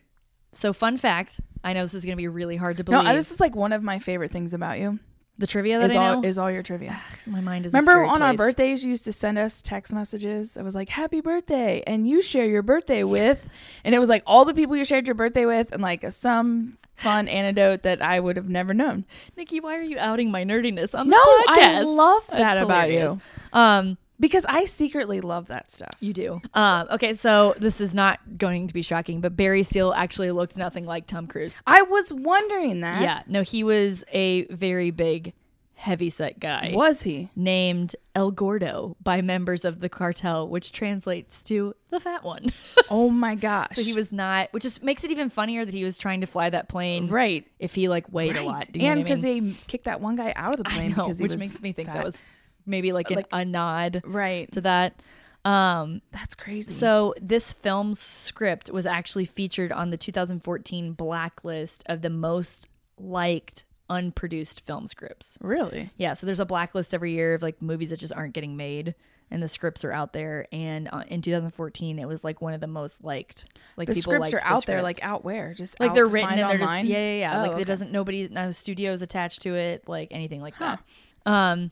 [SPEAKER 5] So, fun fact. I know this is gonna be really hard to
[SPEAKER 6] no,
[SPEAKER 5] believe.
[SPEAKER 6] I- this is like one of my favorite things about you
[SPEAKER 5] the trivia that
[SPEAKER 6] is
[SPEAKER 5] I know
[SPEAKER 6] all is all your trivia.
[SPEAKER 5] my mind is. a
[SPEAKER 6] Remember
[SPEAKER 5] scary
[SPEAKER 6] on our
[SPEAKER 5] place.
[SPEAKER 6] birthdays, you used to send us text messages. It was like "Happy birthday," and you share your birthday with, and it was like all the people you shared your birthday with, and like some fun anecdote that I would have never known.
[SPEAKER 5] Nikki, why are you outing my nerdiness on
[SPEAKER 6] No,
[SPEAKER 5] this podcast?
[SPEAKER 6] I love
[SPEAKER 5] That's
[SPEAKER 6] that about
[SPEAKER 5] hilarious.
[SPEAKER 6] you
[SPEAKER 5] Um,
[SPEAKER 6] because I secretly love that stuff.
[SPEAKER 5] You do. Um, okay, so this is not going to be shocking, but Barry Seal actually looked nothing like Tom Cruise.
[SPEAKER 6] I was wondering that.
[SPEAKER 5] Yeah, no, he was a very big, heavyset guy.
[SPEAKER 6] Was he?
[SPEAKER 5] Named El Gordo by members of the cartel, which translates to the fat one.
[SPEAKER 6] Oh my gosh.
[SPEAKER 5] so he was not, which just makes it even funnier that he was trying to fly that plane.
[SPEAKER 6] right.
[SPEAKER 5] If he like weighed a lot. Do you
[SPEAKER 6] and
[SPEAKER 5] know what I
[SPEAKER 6] because
[SPEAKER 5] mean?
[SPEAKER 6] they kicked that one guy out of the
[SPEAKER 5] I
[SPEAKER 6] plane
[SPEAKER 5] know,
[SPEAKER 6] because he
[SPEAKER 5] which
[SPEAKER 6] was
[SPEAKER 5] makes me think that
[SPEAKER 6] fat.
[SPEAKER 5] was maybe like, an,
[SPEAKER 6] Like-
[SPEAKER 5] a nod
[SPEAKER 6] right.
[SPEAKER 5] to that. Um,
[SPEAKER 6] That's crazy.
[SPEAKER 5] So this film's script was actually featured on the 2014 blacklist of the most liked unproduced film scripts.
[SPEAKER 6] really,
[SPEAKER 5] Yeah, so there's a blacklist every year of like movies that just aren't getting made and the scripts are out there and uh, in 2014 it was like one of the most liked like
[SPEAKER 6] the
[SPEAKER 5] people
[SPEAKER 6] scripts
[SPEAKER 5] liked
[SPEAKER 6] are
[SPEAKER 5] the
[SPEAKER 6] out there,
[SPEAKER 5] script.
[SPEAKER 6] like out where, just
[SPEAKER 5] like
[SPEAKER 6] out
[SPEAKER 5] they're
[SPEAKER 6] to
[SPEAKER 5] written
[SPEAKER 6] find
[SPEAKER 5] and they're
[SPEAKER 6] online?
[SPEAKER 5] just yeah yeah yeah
[SPEAKER 6] Oh,
[SPEAKER 5] like it
[SPEAKER 6] okay.
[SPEAKER 5] doesn't nobody no studios attached to it like anything like that. Um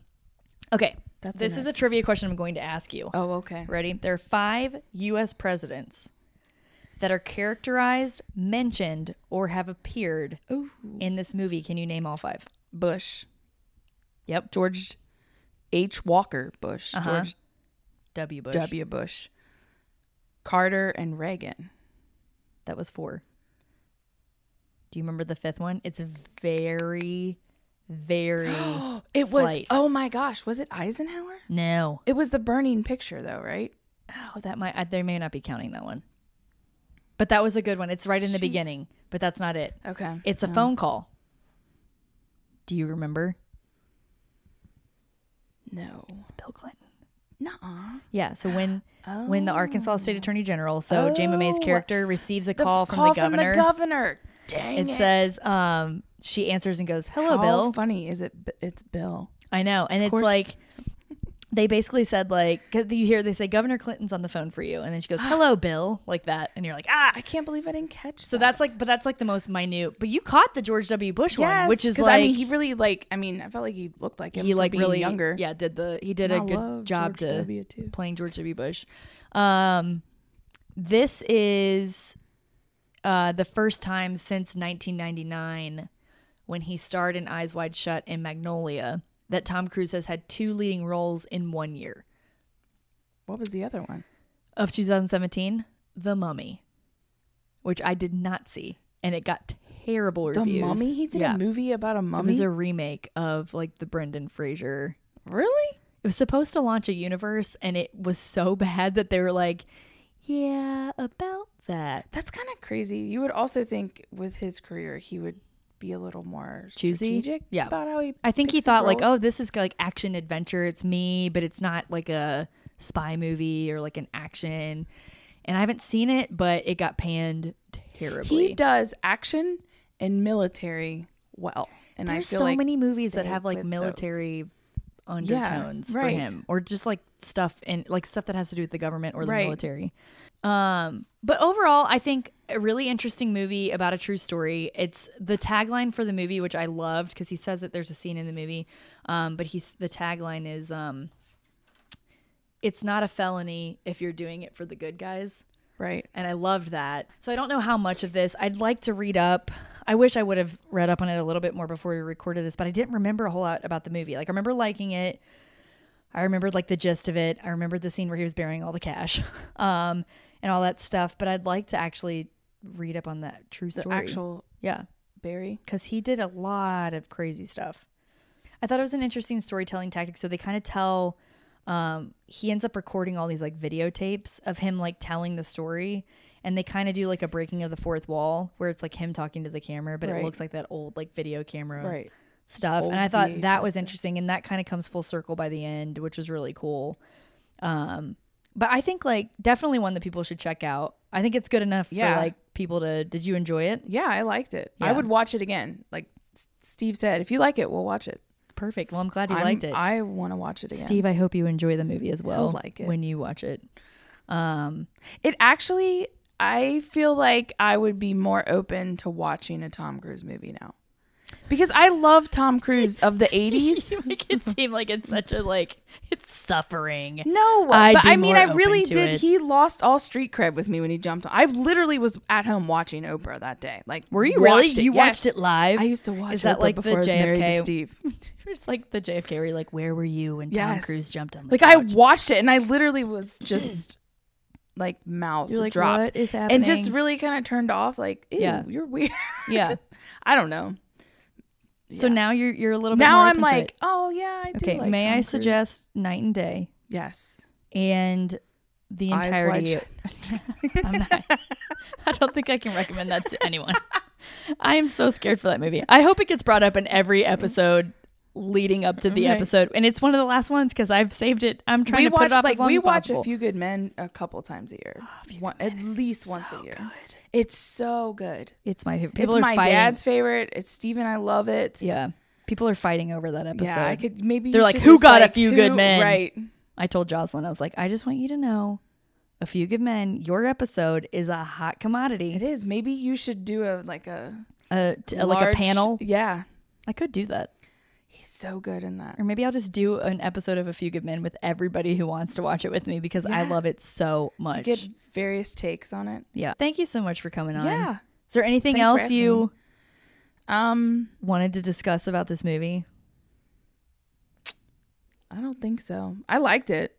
[SPEAKER 5] okay.
[SPEAKER 6] That's
[SPEAKER 5] this is a
[SPEAKER 6] interesting.
[SPEAKER 5] trivia question I'm going to ask you.
[SPEAKER 6] Oh, okay.
[SPEAKER 5] Ready? There are five U.S. presidents that are characterized, mentioned, or have appeared in this movie. Can you name all five?
[SPEAKER 6] Bush,
[SPEAKER 5] Yep.
[SPEAKER 6] George H. Walker Bush, George
[SPEAKER 5] W. Bush.
[SPEAKER 6] W. Uh-huh. Bush, Carter, and Reagan.
[SPEAKER 5] That was four. Do you remember the fifth one? It's very, very.
[SPEAKER 6] It was.
[SPEAKER 5] slight.
[SPEAKER 6] Oh my gosh, was it Eisenhower?
[SPEAKER 5] no.
[SPEAKER 6] It was the burning picture, though, right?
[SPEAKER 5] Oh, that might. I, they may not be counting that one. But that was a good one. It's right in the beginning, but that's not it.
[SPEAKER 6] Okay.
[SPEAKER 5] It's a phone call. Do you remember?
[SPEAKER 6] no.
[SPEAKER 5] Bill Clinton.
[SPEAKER 6] Nuh-uh.
[SPEAKER 5] Yeah, so when when the Arkansas State Attorney General, so Jama May's
[SPEAKER 6] Oh.
[SPEAKER 5] character receives a
[SPEAKER 6] The
[SPEAKER 5] call,
[SPEAKER 6] f-
[SPEAKER 5] from, the governor,
[SPEAKER 6] governor. Dang
[SPEAKER 5] it,
[SPEAKER 6] it.
[SPEAKER 5] says um she answers and goes, "Hello,
[SPEAKER 6] How
[SPEAKER 5] Bill."
[SPEAKER 6] funny is it? B- It's Bill.
[SPEAKER 5] I know, and it's
[SPEAKER 6] course.
[SPEAKER 5] like they basically said like 'cause you hear they say Governor Clinton's on the phone for you, and then she goes, "Hello, Bill," like that, and you're like, "Ah."
[SPEAKER 6] Ah. I can't believe I didn't catch.
[SPEAKER 5] So that's like, but that's like the most minute. But you caught the George W. Bush one,
[SPEAKER 6] yes,
[SPEAKER 5] which is
[SPEAKER 6] 'cause,
[SPEAKER 5] like
[SPEAKER 6] I mean, he really like. I mean, I felt like he looked like him.
[SPEAKER 5] he
[SPEAKER 6] for
[SPEAKER 5] like
[SPEAKER 6] being
[SPEAKER 5] really
[SPEAKER 6] younger.
[SPEAKER 5] Yeah, did the he did
[SPEAKER 6] And
[SPEAKER 5] a
[SPEAKER 6] I
[SPEAKER 5] good
[SPEAKER 6] love
[SPEAKER 5] job
[SPEAKER 6] George
[SPEAKER 5] to
[SPEAKER 6] W. too.
[SPEAKER 5] playing George W. Bush. Um, this is uh, the first time since 1999 when he starred in Eyes Wide Shut and Magnolia that Tom Cruise has had two leading roles in one year
[SPEAKER 6] What was the other one?
[SPEAKER 5] of 2017, The Mummy, which I did not see, and it got terrible
[SPEAKER 6] The
[SPEAKER 5] reviews.
[SPEAKER 6] mummy. He did
[SPEAKER 5] Yeah.
[SPEAKER 6] a movie about a
[SPEAKER 5] It
[SPEAKER 6] mummy.
[SPEAKER 5] was a remake of like the Brendan Fraser
[SPEAKER 6] really?
[SPEAKER 5] it was supposed to launch a universe and it was so bad that they were like yeah about that.
[SPEAKER 6] That's kind of crazy. You would also think with his career, he would be a little more
[SPEAKER 5] Choosy?
[SPEAKER 6] strategic
[SPEAKER 5] Yeah.
[SPEAKER 6] about how he.
[SPEAKER 5] I think he
[SPEAKER 6] picks his
[SPEAKER 5] thought like, oh,
[SPEAKER 6] roles.
[SPEAKER 5] this is like action adventure. It's me, but it's not like a spy movie or like an action. And I haven't seen it, but it got panned terribly.
[SPEAKER 6] he does action and military well. And
[SPEAKER 5] There's
[SPEAKER 6] I feel
[SPEAKER 5] so
[SPEAKER 6] like
[SPEAKER 5] many movies that
[SPEAKER 6] stay
[SPEAKER 5] have like
[SPEAKER 6] with those.
[SPEAKER 5] military undertones for
[SPEAKER 6] right.
[SPEAKER 5] him, or just like stuff and like stuff that has to do with the government or the
[SPEAKER 6] Right.
[SPEAKER 5] military. Um, but overall, I think a really interesting movie about a true story. It's the tagline for the movie, which I loved because he says that there's a scene in the movie, um, but he's the tagline is um, "It's not a felony if you're doing it for the good guys."
[SPEAKER 6] Right.
[SPEAKER 5] and I loved that. So I don't know how much of this I'd like to read up. I wish I would have read up on it a little bit more before we recorded this, but I didn't remember a whole lot about the movie. Like I remember liking it. I remembered like the gist of it. I remembered the scene where he was burying all the cash, um, and all that stuff. But I'd like to actually read up on that true
[SPEAKER 6] The
[SPEAKER 5] story.
[SPEAKER 6] actual
[SPEAKER 5] yeah,
[SPEAKER 6] Barry.
[SPEAKER 5] because he did a lot of crazy stuff. I thought it was an interesting storytelling tactic. So they kind of tell, um, he ends up recording all these like videotapes of him like telling the story. And they kind of do like a breaking of the fourth wall where it's like him talking to the camera, but it
[SPEAKER 6] Right.
[SPEAKER 5] looks like that old like video camera
[SPEAKER 6] Right.
[SPEAKER 5] stuff.
[SPEAKER 6] Old
[SPEAKER 5] and I thought that
[SPEAKER 6] VHS
[SPEAKER 5] was
[SPEAKER 6] stuff.
[SPEAKER 5] interesting. And that kind of comes full circle by the end, which was really cool. Um, but I think like definitely one that people should check out. I think it's good enough
[SPEAKER 6] Yeah.
[SPEAKER 5] for like people to. Did you enjoy it?
[SPEAKER 6] Yeah, I liked it. I
[SPEAKER 5] Yeah.
[SPEAKER 6] would watch it again. Like S- Steve said, if you like it, we'll watch it.
[SPEAKER 5] Perfect. Well, I'm glad you
[SPEAKER 6] I'm-
[SPEAKER 5] liked it.
[SPEAKER 6] I want to watch it again.
[SPEAKER 5] Steve, I hope you enjoy the movie as well.
[SPEAKER 6] like it.
[SPEAKER 5] when you watch it.
[SPEAKER 6] It actually, I feel like I would be more open to watching a Tom Cruise movie now. Because I love Tom Cruise of the 80s.
[SPEAKER 5] You make it seem like it's such a like it's suffering.
[SPEAKER 6] No,
[SPEAKER 5] I'd
[SPEAKER 6] but
[SPEAKER 5] be
[SPEAKER 6] I mean,
[SPEAKER 5] more
[SPEAKER 6] I
[SPEAKER 5] open
[SPEAKER 6] really
[SPEAKER 5] to
[SPEAKER 6] did.
[SPEAKER 5] it.
[SPEAKER 6] He lost all street cred with me when he jumped on. I literally was at home watching Oprah that day. Like,
[SPEAKER 5] Were you really?
[SPEAKER 6] watched
[SPEAKER 5] You
[SPEAKER 6] Yes.
[SPEAKER 5] watched it live?
[SPEAKER 6] I used to watch.
[SPEAKER 5] Is that
[SPEAKER 6] Oprah
[SPEAKER 5] like
[SPEAKER 6] before
[SPEAKER 5] the
[SPEAKER 6] I was married to
[SPEAKER 5] JFK?
[SPEAKER 6] Steve?
[SPEAKER 5] It's like the JFK. Where you're like, where were you when Tom
[SPEAKER 6] Yes.
[SPEAKER 5] Cruise jumped on the
[SPEAKER 6] Like, I
[SPEAKER 5] couch?
[SPEAKER 6] watched it and I literally was just like mouth
[SPEAKER 5] You're like,
[SPEAKER 6] dropped.
[SPEAKER 5] "What is
[SPEAKER 6] And just
[SPEAKER 5] happening?"
[SPEAKER 6] really kind of turned off. Like, Ew,
[SPEAKER 5] Yeah.
[SPEAKER 6] you're weird.
[SPEAKER 5] yeah.
[SPEAKER 6] I don't know.
[SPEAKER 5] So now you're you're a little bit
[SPEAKER 6] now
[SPEAKER 5] more
[SPEAKER 6] I'm
[SPEAKER 5] open to
[SPEAKER 6] like,
[SPEAKER 5] it.
[SPEAKER 6] oh yeah, I do.
[SPEAKER 5] okay.
[SPEAKER 6] like
[SPEAKER 5] may
[SPEAKER 6] Tom
[SPEAKER 5] I
[SPEAKER 6] Cruise."
[SPEAKER 5] suggest Night and Day
[SPEAKER 6] Yes.
[SPEAKER 5] and the
[SPEAKER 6] Eyes
[SPEAKER 5] entirety.
[SPEAKER 6] Wide
[SPEAKER 5] I'm not, I don't think I can recommend that to anyone. I am so scared for that movie. I hope it gets brought up in every episode leading up to the
[SPEAKER 6] Mm-hmm. Right.
[SPEAKER 5] episode, and it's one of the last ones because I've saved it. I'm trying to
[SPEAKER 6] we
[SPEAKER 5] put
[SPEAKER 6] watch
[SPEAKER 5] it off
[SPEAKER 6] like
[SPEAKER 5] as long
[SPEAKER 6] we
[SPEAKER 5] as
[SPEAKER 6] watch
[SPEAKER 5] possible. Oh,
[SPEAKER 6] a few good men a couple times a year One- at least once a year it's so good
[SPEAKER 5] It's my favorite. People
[SPEAKER 6] it's
[SPEAKER 5] are
[SPEAKER 6] my
[SPEAKER 5] fighting.
[SPEAKER 6] dad's favorite it's steven i love it yeah,
[SPEAKER 5] Yeah, people are fighting over that episode.
[SPEAKER 6] i could maybe
[SPEAKER 5] They're
[SPEAKER 6] you
[SPEAKER 5] like,
[SPEAKER 6] should
[SPEAKER 5] "Who
[SPEAKER 6] just,
[SPEAKER 5] got a
[SPEAKER 6] like,
[SPEAKER 5] few good
[SPEAKER 6] who-"
[SPEAKER 5] men?
[SPEAKER 6] right
[SPEAKER 5] I told Jocelyn, I was like, I just want you to know, a few good men. Your episode is a hot
[SPEAKER 6] it
[SPEAKER 5] commodity.
[SPEAKER 6] is maybe you should do a like a
[SPEAKER 5] Uh, t- like
[SPEAKER 6] large-
[SPEAKER 5] a panel.
[SPEAKER 6] yeah
[SPEAKER 5] I could do that.
[SPEAKER 6] he's so good in that
[SPEAKER 5] Or maybe I'll just do an episode of A Few Good Men with everybody who wants to watch it with me because I
[SPEAKER 6] Yeah.
[SPEAKER 5] love it so much.
[SPEAKER 6] get various takes on it
[SPEAKER 5] yeah. Thank you so much for coming on.
[SPEAKER 6] Yeah.
[SPEAKER 5] Is there anything
[SPEAKER 6] Thanks for
[SPEAKER 5] else
[SPEAKER 6] asking
[SPEAKER 5] you
[SPEAKER 6] um
[SPEAKER 5] wanted to discuss about this movie?
[SPEAKER 6] i don't think so i liked it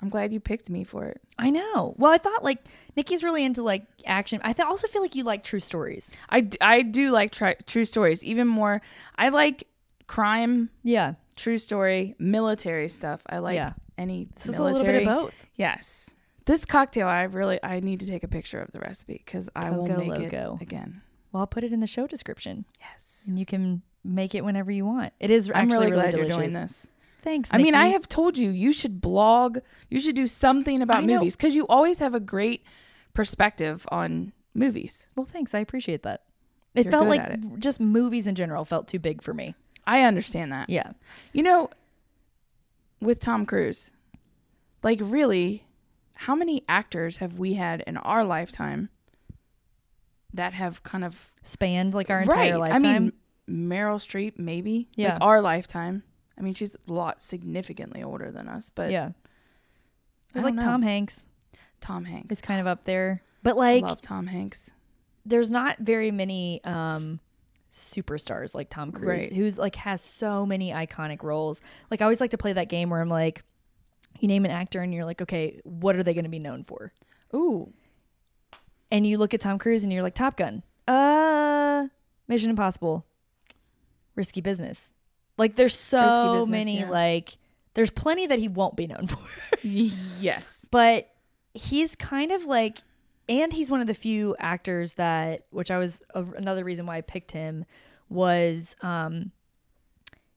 [SPEAKER 6] i'm glad you picked me for it
[SPEAKER 5] I know. Well, I thought like Nikki's really into like action. I th- also feel like you like true stories.
[SPEAKER 6] i, d- I do like tri- true stories even more i like crime
[SPEAKER 5] Yeah.
[SPEAKER 6] true story military stuff i like
[SPEAKER 5] Yeah.
[SPEAKER 6] any
[SPEAKER 5] This was a little bit of both.
[SPEAKER 6] yes this cocktail i really i need to take a picture of the recipe because i will
[SPEAKER 5] Coco
[SPEAKER 6] make
[SPEAKER 5] Loco.
[SPEAKER 6] it again
[SPEAKER 5] Well, I'll put it in the show description.
[SPEAKER 6] yes
[SPEAKER 5] And you can make it whenever you want. It is
[SPEAKER 6] i'm
[SPEAKER 5] actually
[SPEAKER 6] really glad
[SPEAKER 5] delicious.
[SPEAKER 6] you're doing this
[SPEAKER 5] Thanks.
[SPEAKER 6] i mean i
[SPEAKER 5] Nikki.
[SPEAKER 6] have told you you should blog you should do something about
[SPEAKER 5] I know.
[SPEAKER 6] movies because you always have a great perspective on movies
[SPEAKER 5] Well, thanks. I appreciate that. It
[SPEAKER 6] You're
[SPEAKER 5] felt
[SPEAKER 6] good
[SPEAKER 5] like
[SPEAKER 6] at
[SPEAKER 5] just movies in general felt too big for me.
[SPEAKER 6] i understand that
[SPEAKER 5] Yeah.
[SPEAKER 6] you know with tom cruise like really how many actors have we had in our lifetime that have kind of
[SPEAKER 5] spanned like our entire lifetime.
[SPEAKER 6] I mean, Meryl Streep, maybe.
[SPEAKER 5] Yeah.
[SPEAKER 6] Like our lifetime. I mean, she's a lot significantly older than us, but
[SPEAKER 5] yeah.
[SPEAKER 6] I
[SPEAKER 5] like
[SPEAKER 6] don't know.
[SPEAKER 5] Tom Hanks
[SPEAKER 6] Tom Hanks.
[SPEAKER 5] is kind of up there. But like
[SPEAKER 6] I love Tom Hanks.
[SPEAKER 5] there's not very many um superstars like Tom Cruise
[SPEAKER 6] Right.
[SPEAKER 5] who's like has so many iconic roles. Like I always like to play that game where I'm like you name an actor and you're like, okay, what are they going to be known for?
[SPEAKER 6] Ooh.
[SPEAKER 5] And you look at Tom Cruise and you're like, Top Gun, uh, Mission Impossible, Risky Business. Like there's so
[SPEAKER 6] Business,
[SPEAKER 5] many
[SPEAKER 6] yeah.
[SPEAKER 5] like there's plenty that he won't be known for.
[SPEAKER 6] yes.
[SPEAKER 5] but he's kind of like and he's one of the few actors that, which I was a, another reason why I picked him, was um,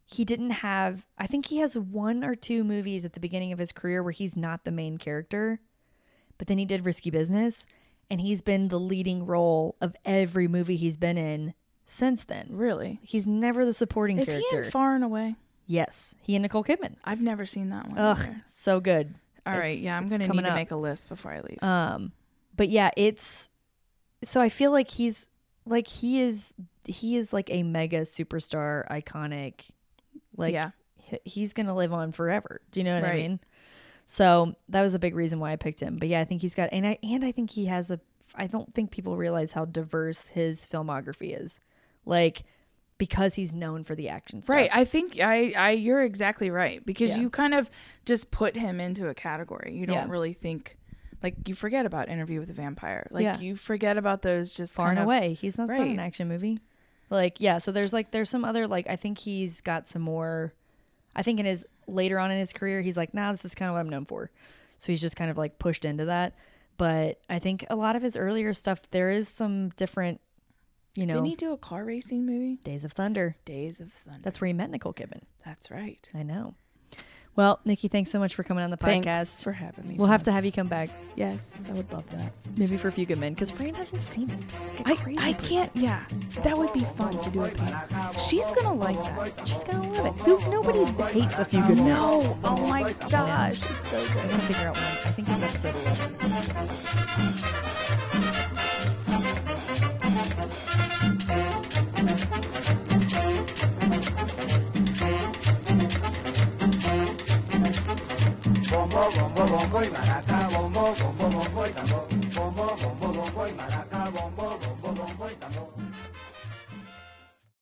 [SPEAKER 5] he didn't have. I think he has one or two movies at the beginning of his career where he's not the main character, but then he did Risky Business, and he's been the leading role of every movie he's been in since then.
[SPEAKER 6] Really?
[SPEAKER 5] He's never the supporting
[SPEAKER 6] Is he
[SPEAKER 5] character.
[SPEAKER 6] in Far and Away?
[SPEAKER 5] yes, he and Nicole Kidman.
[SPEAKER 6] I've never seen that one.
[SPEAKER 5] Ugh,
[SPEAKER 6] either.
[SPEAKER 5] so good.
[SPEAKER 6] All right.
[SPEAKER 5] It's-
[SPEAKER 6] Yeah, I'm
[SPEAKER 5] it's
[SPEAKER 6] gonna
[SPEAKER 5] coming
[SPEAKER 6] need to
[SPEAKER 5] up.
[SPEAKER 6] make a list before I leave.
[SPEAKER 5] Um, but yeah, it's so I feel like he's like he is he is like a mega superstar, iconic. Like
[SPEAKER 6] Yeah.
[SPEAKER 5] he- he's gonna live on forever. Do you know what I
[SPEAKER 6] Right.
[SPEAKER 5] mean? So that was a big reason why I picked him. But yeah, I think he's got and I and I think he has a. I don't think people realize how diverse his filmography is, like because he's known for the action stuff.
[SPEAKER 6] Right. I think I, I you're exactly right because
[SPEAKER 5] Yeah.
[SPEAKER 6] you kind of just put him into a category. You don't
[SPEAKER 5] Yeah.
[SPEAKER 6] really think like you forget about Interview with the Vampire. Like
[SPEAKER 5] Yeah.
[SPEAKER 6] you forget about those just
[SPEAKER 5] far
[SPEAKER 6] kind
[SPEAKER 5] and
[SPEAKER 6] of-
[SPEAKER 5] away. He's not, it's not an
[SPEAKER 6] Right.
[SPEAKER 5] action movie. Like yeah, so there's like there's some other like I think he's got some more. I think in his later on in his career, he's like, nah, this is kind of what I'm known for. So he's just kind of like pushed into that. But I think a lot of his earlier stuff, there is some different, you know,
[SPEAKER 6] Didn't he do a car racing movie?
[SPEAKER 5] Days of Thunder.
[SPEAKER 6] Days of Thunder.
[SPEAKER 5] That's where he met Nicole Kidman.
[SPEAKER 6] That's right.
[SPEAKER 5] I know. Well, Nikki, thanks so much for coming on the podcast.
[SPEAKER 6] Thanks for having me.
[SPEAKER 5] We'll have to
[SPEAKER 6] Jess.
[SPEAKER 5] have you come back,
[SPEAKER 6] Yes, I would love that.
[SPEAKER 5] maybe for a few good men, because Fran hasn't seen it. Like a
[SPEAKER 6] I,
[SPEAKER 5] crazy
[SPEAKER 6] I
[SPEAKER 5] person.
[SPEAKER 6] can't. Yeah, that would be fun to do a panel. She's gonna like that.
[SPEAKER 5] She's gonna love it. Who, nobody hates a few good men.
[SPEAKER 6] No. Oh my gosh, it's so
[SPEAKER 5] I
[SPEAKER 6] good.
[SPEAKER 5] gotta figure out when. I think it's episode 11.
[SPEAKER 2] Bongo, bongo, bongo y maraca, bongo, bongo, bongo y tambor. Bongo, bongo, bongo y maraca, bongo, bongo.